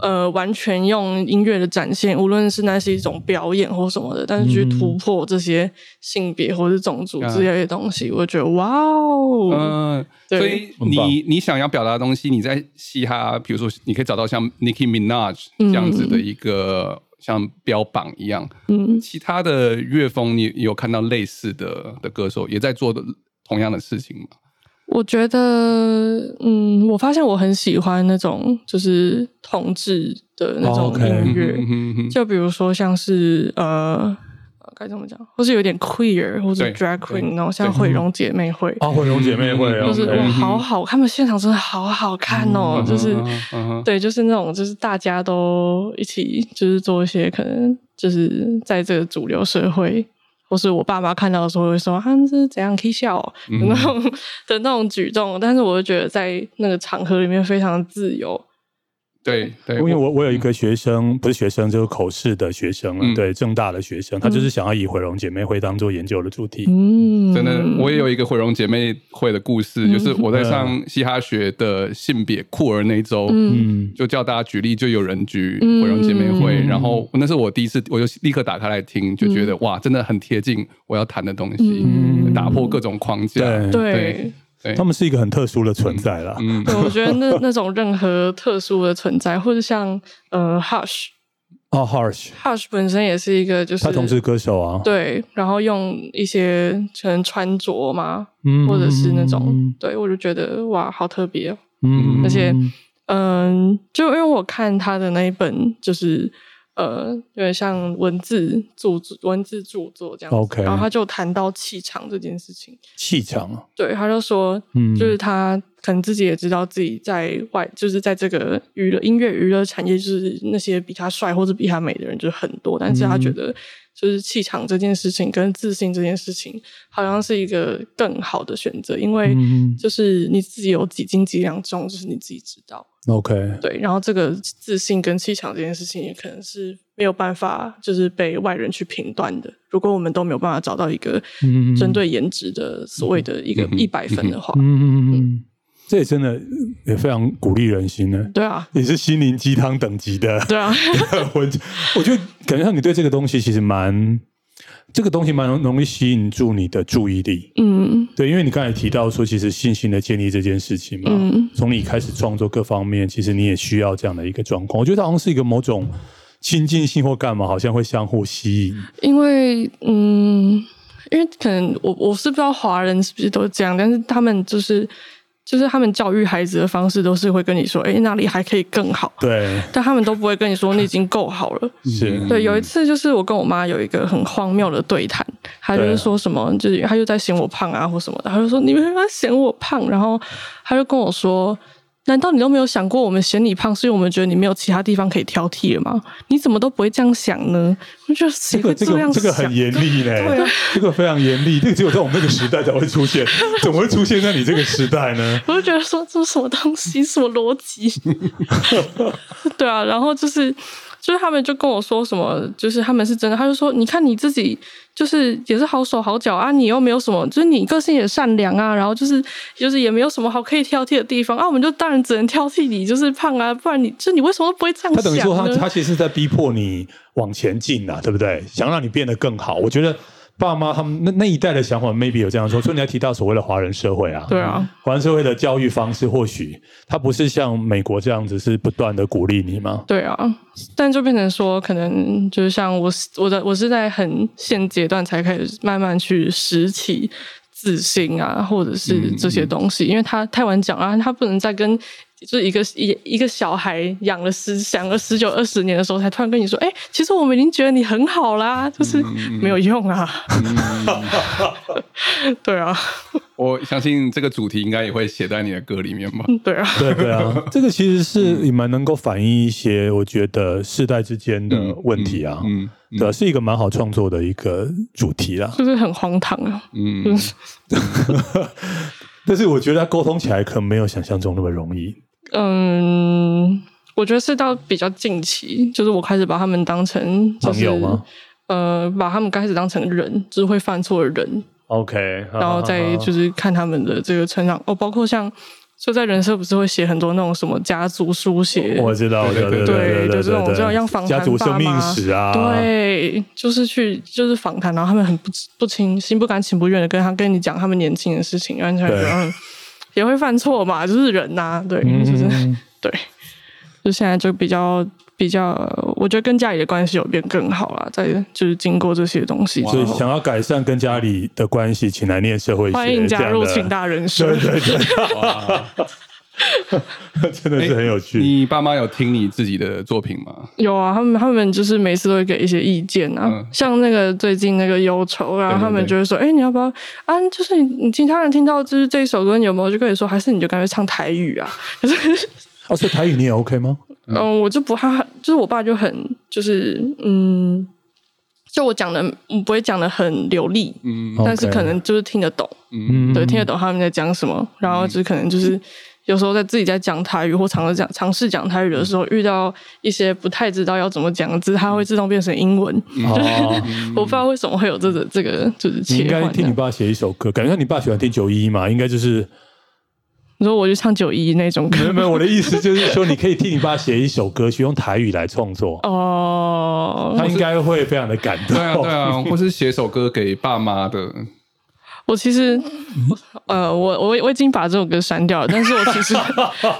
C: 呃完全用音乐的展现，无论是那是一种表演或什么的，但是去突
A: 嗯
C: 破这些性别或是种族之类的东西，我觉得哇哦，
A: 嗯、
C: 对
A: 所以
B: 很棒
A: 你你想要表达的东西，你在嘻哈，比如说你可以找到像 Nicki Minaj 这样子的一个。像标榜一样，
C: 嗯
A: 其他的乐风你有看到类似的的歌手也在做的同样的事情吗？
C: 我觉得嗯，我发现我很喜欢那种就是同志的那种
B: OK
C: 音乐。
A: 嗯哼哼
C: 就比如说像是呃呃该怎么讲，或是有点 queer 或
A: 对
C: 是 drag
A: 对
C: queen 那种，像毁容姐妹会，
B: 啊，毁容姐妹会
A: 嗯
B: 啊，
C: 就是
A: 对
C: 哇，
A: 嗯
C: 好好，他们现场真的好好看哦，
A: 嗯
C: 就是
A: 嗯哼嗯哼
C: 对，就是那种就是大家都一起就是做一些可能就是在这个主流社会。或是我爸妈看到的时候会说啊，这是怎样 K 笑哦、
A: 嗯
C: 的那种的那种举动，但是我就觉得在那个场合里面非常自由，
A: 对对，
B: 因为我我有一个学生，不是学生，就是口试的学生了，啊
A: 嗯
B: 对，正大的学生，他就是想要以毁容姐妹会当做研究的主题。
C: 嗯，
A: 真的，我也有一个毁容姐妹会的故事，就是我在上嘻哈学的性别酷儿那一周，
C: 嗯
B: 嗯，
A: 就叫大家举例，就有人举毁容姐妹会，
B: 嗯
A: 然后那是我第一次，我就立刻打开来听，就觉得哇，真的很贴近我要谈的东西，
C: 嗯
A: 打破各种框架。
B: 对，
C: 对，
A: 对，
B: 他们是一个很特殊的存在啦。
A: 嗯
C: 对，我觉得那那种任何特殊的存在，或者像呃 Hush
B: 哦，Harsh，
C: Hush 本身也是一个就是
B: 他同是歌手啊，
C: 对，然后用一些可能穿着嘛，
B: 嗯，
C: 或者是那种、对我就觉得哇，好特别哦。
B: 嗯，嗯，
C: 而且嗯，就因为我看他的那一本就是。呃，有点像文字著作文字著作这样子
B: OK
C: 然后他就谈到气场这件事情，
B: 气场，啊
C: 对，他就说，
B: 嗯
C: 就是他可能自己也知道自己在外，就是在这个娱乐音乐娱乐产业，就是那些比他帅或者比他美的人就是很多，但是他
B: 嗯
C: 觉得就是气场这件事情跟自信这件事情，好像是一个更好的选择，因为
B: 嗯
C: 就是你自己有几斤几两重，就是你自己知道。
B: ，OK，
C: 对，然后这个自信跟气场这件事情，也可能是没有办法就是被外人去评断的。如果我们都没有办法找到一个
B: 嗯
C: 针对颜值的所谓的一个一百分的话，
B: 嗯嗯嗯，这也真的也非常鼓励人心呢，
C: 对啊，
B: 也是心灵鸡汤等级的
C: 对啊，
B: 文章， 我觉得感觉上你对这个东西其实蛮，这个东西蛮容易吸引住你的注意力。
C: 嗯
B: 对，因为你刚才提到说，其实信心的建立这件事情嘛，
C: 嗯
B: 从你开始创作各方面，其实你也需要这样的一个状况。我觉得好像是一个某种亲近性或干嘛，好像会相互吸引。
C: 因为嗯，因为可能我我是不知道华人是不是都这样，但是他们就是就是他们教育孩子的方式都是会跟你说，哎、那里还可以更好，
B: 对，
C: 但他们都不会跟你说你已经够好了。
B: 是
C: 对，有一次就是我跟我妈有一个很荒谬的对谈，她
B: 啊
C: 就是说什么，就是她就在嫌我胖啊或什么的，她就说你为什么要嫌我胖？然后她就跟我说。难道你都没有想过，我们嫌你胖，是因为我们觉得你没有其他地方可以挑剔了吗？你怎么都不会这样想呢？我觉得谁
B: 这
C: 会
B: 个这
C: 样
B: 个
C: 想？
B: 这个很严厉呢、
C: 对啊
B: 这个非常严厉，这个只有在我们那个时代才会出现，怎么会出现在你这个时代呢？
C: 我就觉得说这是什么东西，什么逻辑？ 对啊，然后就是就是他们就跟我说什么，就是他们是真的，他就说你看你自己就是也是好手好脚啊，你又没有什么，就是你个性也善良啊，然后就是就是也没有什么好可以挑剔的地方啊，我们就当然只能挑剔你就是胖啊，不然你就你为什么都不会这样
B: 他
C: 想
B: 等于说他
C: 呢
B: 他其实是在逼迫你往前进啊，对不对？想让你变得更好。我觉得爸妈他们那那一代的想法 maybe 有这样说，所以你要提到所谓的华人社会啊，
C: 对啊，
B: 华人社会的教育方式或许它不是像美国这样子是不断的鼓励你吗？
C: 对啊，但就变成说，可能就是像我是，我的我是在很现阶段才开始慢慢去拾起自信啊，或者是这些东西，因为他太晚讲啊，他不能再跟就是一个一一个小孩养了十想了十九二十年的时候，才突然跟你说，哎、其实我们已经觉得你很好啦，就是没有用啊， 对啊，
A: 我相信这个主题应该也会写在你的歌里面 吧？
C: 对啊，
B: 对对 啊，这个其实是
A: 嗯
B: 你们能够反映一些我觉得世代之间的问题啊，
A: 嗯
B: 对啊是一个蛮好创作的一个主题啦。
C: 就是很荒唐啊，
A: 嗯，
B: 但是我觉得它沟通起来可能没有想象中那么容易。
C: 嗯，我觉得是到比较近期，就是我开始把他们当成、就是、
B: 朋友吗？
C: 呃，把他们开始当成人，就是会犯错的人，
B: OK，
C: 然后
B: 啊
C: 再就是是看他们的这个成长哦，包括像就在人设不是会写很多那种什么家族书写，
B: 我知道，我知道，
A: 对
B: 对
A: 对
B: 哦对
C: 对
B: 对
C: 就这种这种要访谈
B: 家族生命史啊，，
C: 对，就是去就是访谈，然后他们很不不情心不甘情不愿的跟他跟你讲他们年轻的事情，然后你就觉
B: 对
C: 得嗯也会犯错嘛，就是人呐、对，就是。
B: 嗯，
C: 对，就现在就比较比较，我觉得跟家里的关系有变更好啦，在就是经过这些东西
B: 所
C: 之
B: 以
C: 后，
B: 想要改善跟家里的关系，请来念社会学，
C: 欢迎加入请
B: 大，
C: 大人生
B: 对。对对， 真的是很有
C: 嗯
B: 趣。
A: 你爸妈有听你自己的作品 吗？
C: 有啊，他们他们就是每次都会给一些意见啊，
A: 嗯
C: 像那个最近那个忧愁啊，
A: 对对
C: 他们就会说，哎、你要不要啊？就是你你其他人听到就是这一首歌，你有没有就跟你说，还是你就干脆唱台语啊？可是，
B: 哦，所以台语你也 OK 吗？
C: 嗯，我就不怕，就是我爸就很就是嗯，就我讲的我不会讲的很流利，
A: 嗯
C: 但是
B: OK
C: 可能就是听得懂，
B: 嗯，
C: 对，听得懂他们在讲什么，然后就是可能就是有时候在自己在讲台语或尝试讲尝试讲台语的时候，遇到一些不太知道要怎么讲的字，它会自动变成英文。
B: 哦，
C: 我不知道为什么会有这个这个就是
B: 你应
C: 切
B: 该
C: 换这
B: 听你
C: 样。
B: 爸写一首歌，感觉你爸喜欢听九一嘛，应该就是
C: 你说我就唱九一那种歌
B: 没 有没有，我的意思就是说，你可以替你爸写一首歌，去用台语来创作，
C: 哦，
B: 他应该会非常的感动。
A: 对啊，对啊，或是写首歌给爸妈的，
C: 我其实呃，我我我已经把这首歌删掉了，但是我其实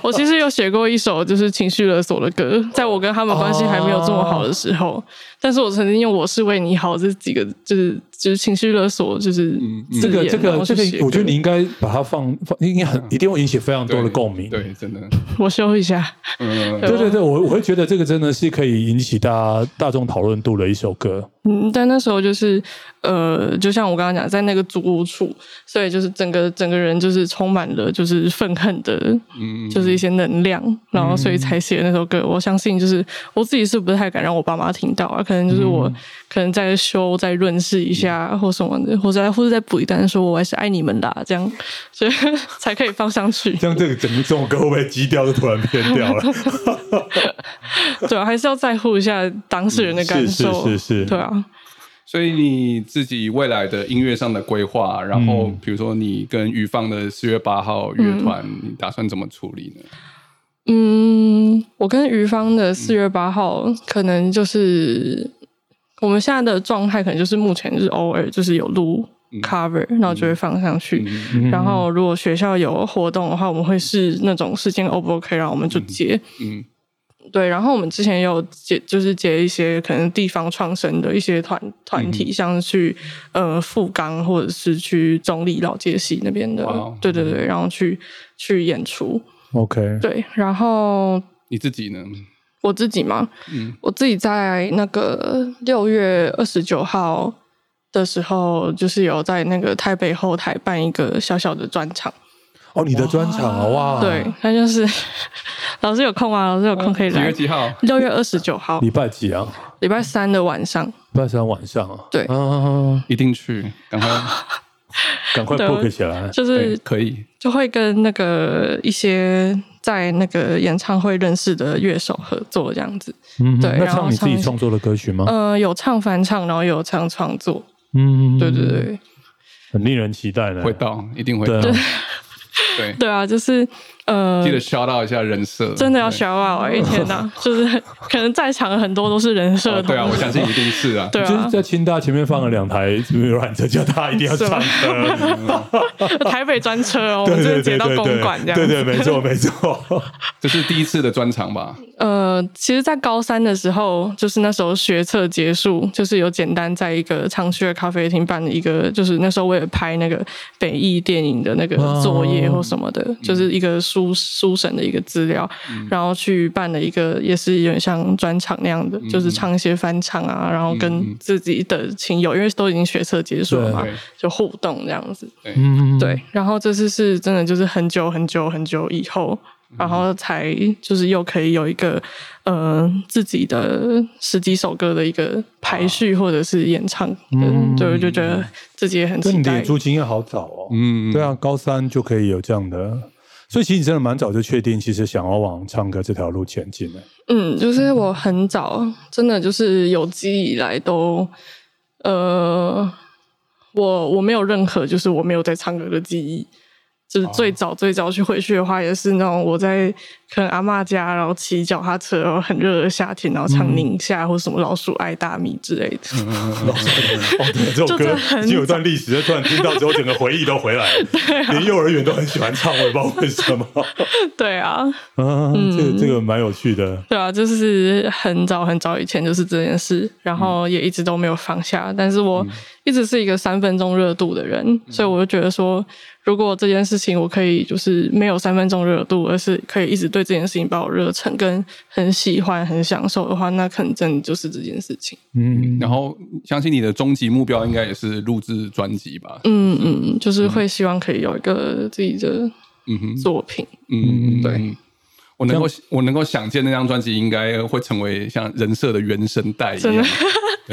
C: 我其实有写过一首就是情绪勒索的歌，在我跟他们关系还没有这么好的时候，但是我曾经用“我是为你好”这几个就是就是情绪勒索，就是
B: 这
C: 字
B: 个
C: 眼
B: 这
C: 然
B: 个
C: 后
B: 这
C: 去
B: 个
C: 写，歌
B: 我觉得你应该把它放放，应该很一定会引起非常多的共鸣。
A: 对，真的，
C: 我修一下，
A: 嗯，
B: 对对对，我我会觉得这个真的是可以引起大家大众讨论度的一首歌。
C: 嗯，但那时候就是，呃，就像我刚刚讲，在那个租屋处，所以就是整个整个人就是充满了就是愤恨的，
A: 嗯
C: 就是一些能量，然后所
B: 嗯
C: 以才写那首歌。我相信就是我自己是不太敢让我爸妈听到啊，可能就是
B: 嗯
C: 我、可能再修再润饰一下或什么的，或者或者再补一单，说我还是爱你们啊啦，这样 所以才可以放上去。
B: 像这个整个这种歌会不会基调就突然变掉 了？
C: 对啊，还是要在乎一下当事人的感
B: 嗯是是
C: 受，
B: 是是
C: 对啊。
A: 所以你自己未来的音乐上的规划，然后
B: 嗯
A: 比如说你跟于放的四月八号乐团，你打算怎么处理呢？
C: 嗯，我跟于芳的四
A: 嗯
C: 月八号，可能就是我们现在的状态，可能就是目前就是偶尔就是有录
A: 嗯
C: cover，、然后就会放上去。
B: 嗯
C: 然后如果学校有活动的话，我们会是那种时间 O 不 OK，然后我们就接。
A: 嗯，
C: 对，然后我们之前也有接，就是接一些可能地方创生的一些团
A: 嗯
C: 团体，像去呃富冈或者是去中立老街西那边的
A: 哇哦，
C: 对对对，然后去去演出，
B: OK，
C: 对，然后
A: 你自己呢？
C: 我自己嘛，
A: 嗯
C: 我自己在那个六月二十九号的时候，就是有在那个台北后台办一个小小的专场，
B: 哦，你的专场啊，哇，
C: 对，，他就是 老师有空啊，老师有空可以
A: 几
C: 来
A: 哦月。几号？
C: 六月二十九号，
B: 礼拜几啊？
C: 礼拜三的晚上，
B: 礼拜三晚上啊，
C: 对
B: 啊，
A: 一定去，赶快，
B: 赶快
C: 对
B: book 起来。
C: 就
A: 对，
C: 是
A: 可以，
C: 就会跟那个一些在那个演唱会认识的乐手合作这样子。
B: 嗯，
C: 对
B: 那
C: 然后
B: 唱你自己
C: 唱一
B: 创作的歌曲吗？
A: 哦
C: 呃，有唱翻唱，然后也有唱创作。
B: 嗯，
C: 对对，对，
B: 很令人期待的。
A: 会到，一定会
B: 对
A: 到
B: 啊，，
A: 对，
C: 对啊，就是呃
A: 记，得 shout out 一下人设，
C: 真
B: 嗯
C: 的要
A: 对
C: shout out 哎、天哪，就是可能在场很多都是人设
A: 哦
C: 同
A: 对
C: 学、
A: 啊，我相信一定是啊，
C: 对
B: 就是
C: 啊，
B: 在清大前面放了两台软车，叫大家一定要
C: 是
B: 唱
C: 吗
B: 歌。
C: 台北专车 哦，我
B: 对
C: 们
B: 对对
C: 就接到
B: 对
C: 公
B: 对
C: 馆这样
B: 对
C: 子
B: 对，没错没 错。
A: 这是第一次的专场吧？
C: 呃，其实，在高三的时候，就是那时候学测结束，就是有简单在一个长靴咖啡厅办的一个，就是那时候为了拍那个北艺电影的那个作业或什么的，就是一个书书审的一个资料，然后去办了一个，也是有点像专场那样的，就是唱一些翻唱啊，然后跟自己的亲友，因为都已经学测结束了嘛
A: 对，
C: 就互动这样子。
B: 嗯，
C: 对，然后这次是真的就是很久很久很久以后，然后才就是又可以有一个呃自己的十几首歌的一个排序或者是演唱，嗯，对，我就觉得自己也很
B: 这
C: 期
B: 你的
C: 待
B: 演。出经验好早哦。
A: 嗯，
B: 对啊，高三就可以有这样的，所以其实你真的蛮早就确定，其实想要往唱歌这条路前进的。
C: 嗯，就是我很早真的就是有记忆以来都呃，我我没有任何就是我没有在唱歌的记忆。就是最早最早去回去的话，也是那种我在可能阿嬷家，然后骑脚踏车，然后很热的夏天，然后唱宁夏或者什么老鼠爱大米之类的。
B: 哦，对，这首
C: 就真
B: 歌
C: 的很
B: 已经有一段历史，但突然听到之后，整个回忆都回来 了。连幼儿园都很喜欢唱，我也不知道为什么。
C: 对啊，
B: 啊，这
A: 嗯
B: 个这个蛮有趣的。
C: 对啊，就是很早很早以前就是这件事，然后也一直都没有放下。但是我一直是一个三分钟热度的人，所以我就觉得说，如果这件事情我可以就是没有三分钟热度，而是可以一直对这件事情抱有热忱，跟很喜欢、很享受的话，那可能真的就是这件事情。
B: 嗯，
A: 然后相信你的终极目标应该也是录制专辑吧？
C: 嗯嗯，嗯，就是会希望可以有一个自己的
A: 嗯哼，
C: 作品。
A: 嗯，
C: 对。
A: 我能够我能够想见那张专辑应该会成为像人设的原声带一
C: 真
A: 样
C: 的，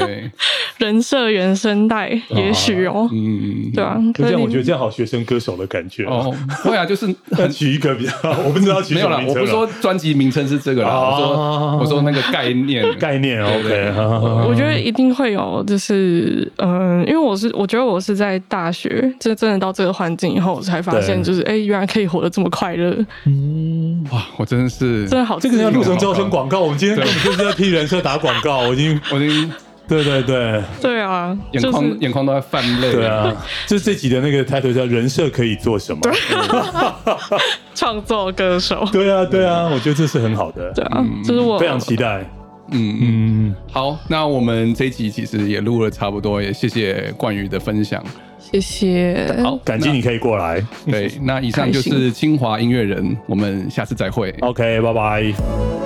A: 对，
C: 人设原声带，也许哦，
A: 嗯，
C: 对啊，
B: 就
C: 可
B: 这
C: 是
B: 样，我觉
C: 你
B: 得这样好学生歌手的感觉。
A: 哦， 会啊，就是
B: 要取一个比较，我不知道取
A: 没
B: 什
A: 有
B: 么
A: 啦，
B: 名啊
A: 我
B: 称
A: 不
B: 了
A: 是说专辑名称是这个啦，我
B: 哦
A: 说我说那个概 念，
B: 概念，OK，哈哈哈
C: 我觉得一定会有，就是嗯、因为我是我觉得我是在大学，这真的到这个环境以后，我才发现，
B: 对嗯
C: 就是哎、原来可以活得这么快乐，
A: 哇，我真的是
C: 真的好
B: 这
C: 自
B: 个
C: 由。
B: 要录成招生广告，我们今天根本就是在替人设打广告，我已经，
A: 我已经
B: 对对对
C: 对啊，
A: 眼
C: 就
A: 眶、
C: 是
A: 眼眶都在泛泪。
B: 对，啊，就是这集的那个 title 叫“人设可以做什么”，
C: 创作歌手。
B: 对啊对啊，我觉得这是很好的，
C: 对啊，就是
B: 嗯
C: 我
B: 非常期待，
A: 嗯嗯，
B: 嗯，
A: 好，那我们这一集其实也录了差不多，也谢谢冠宇的分享。
C: 谢谢，
A: 好，
B: 感激你可以过来
A: 对，那以上就是清华音乐人，我们下次再会。
B: ，OK，拜拜。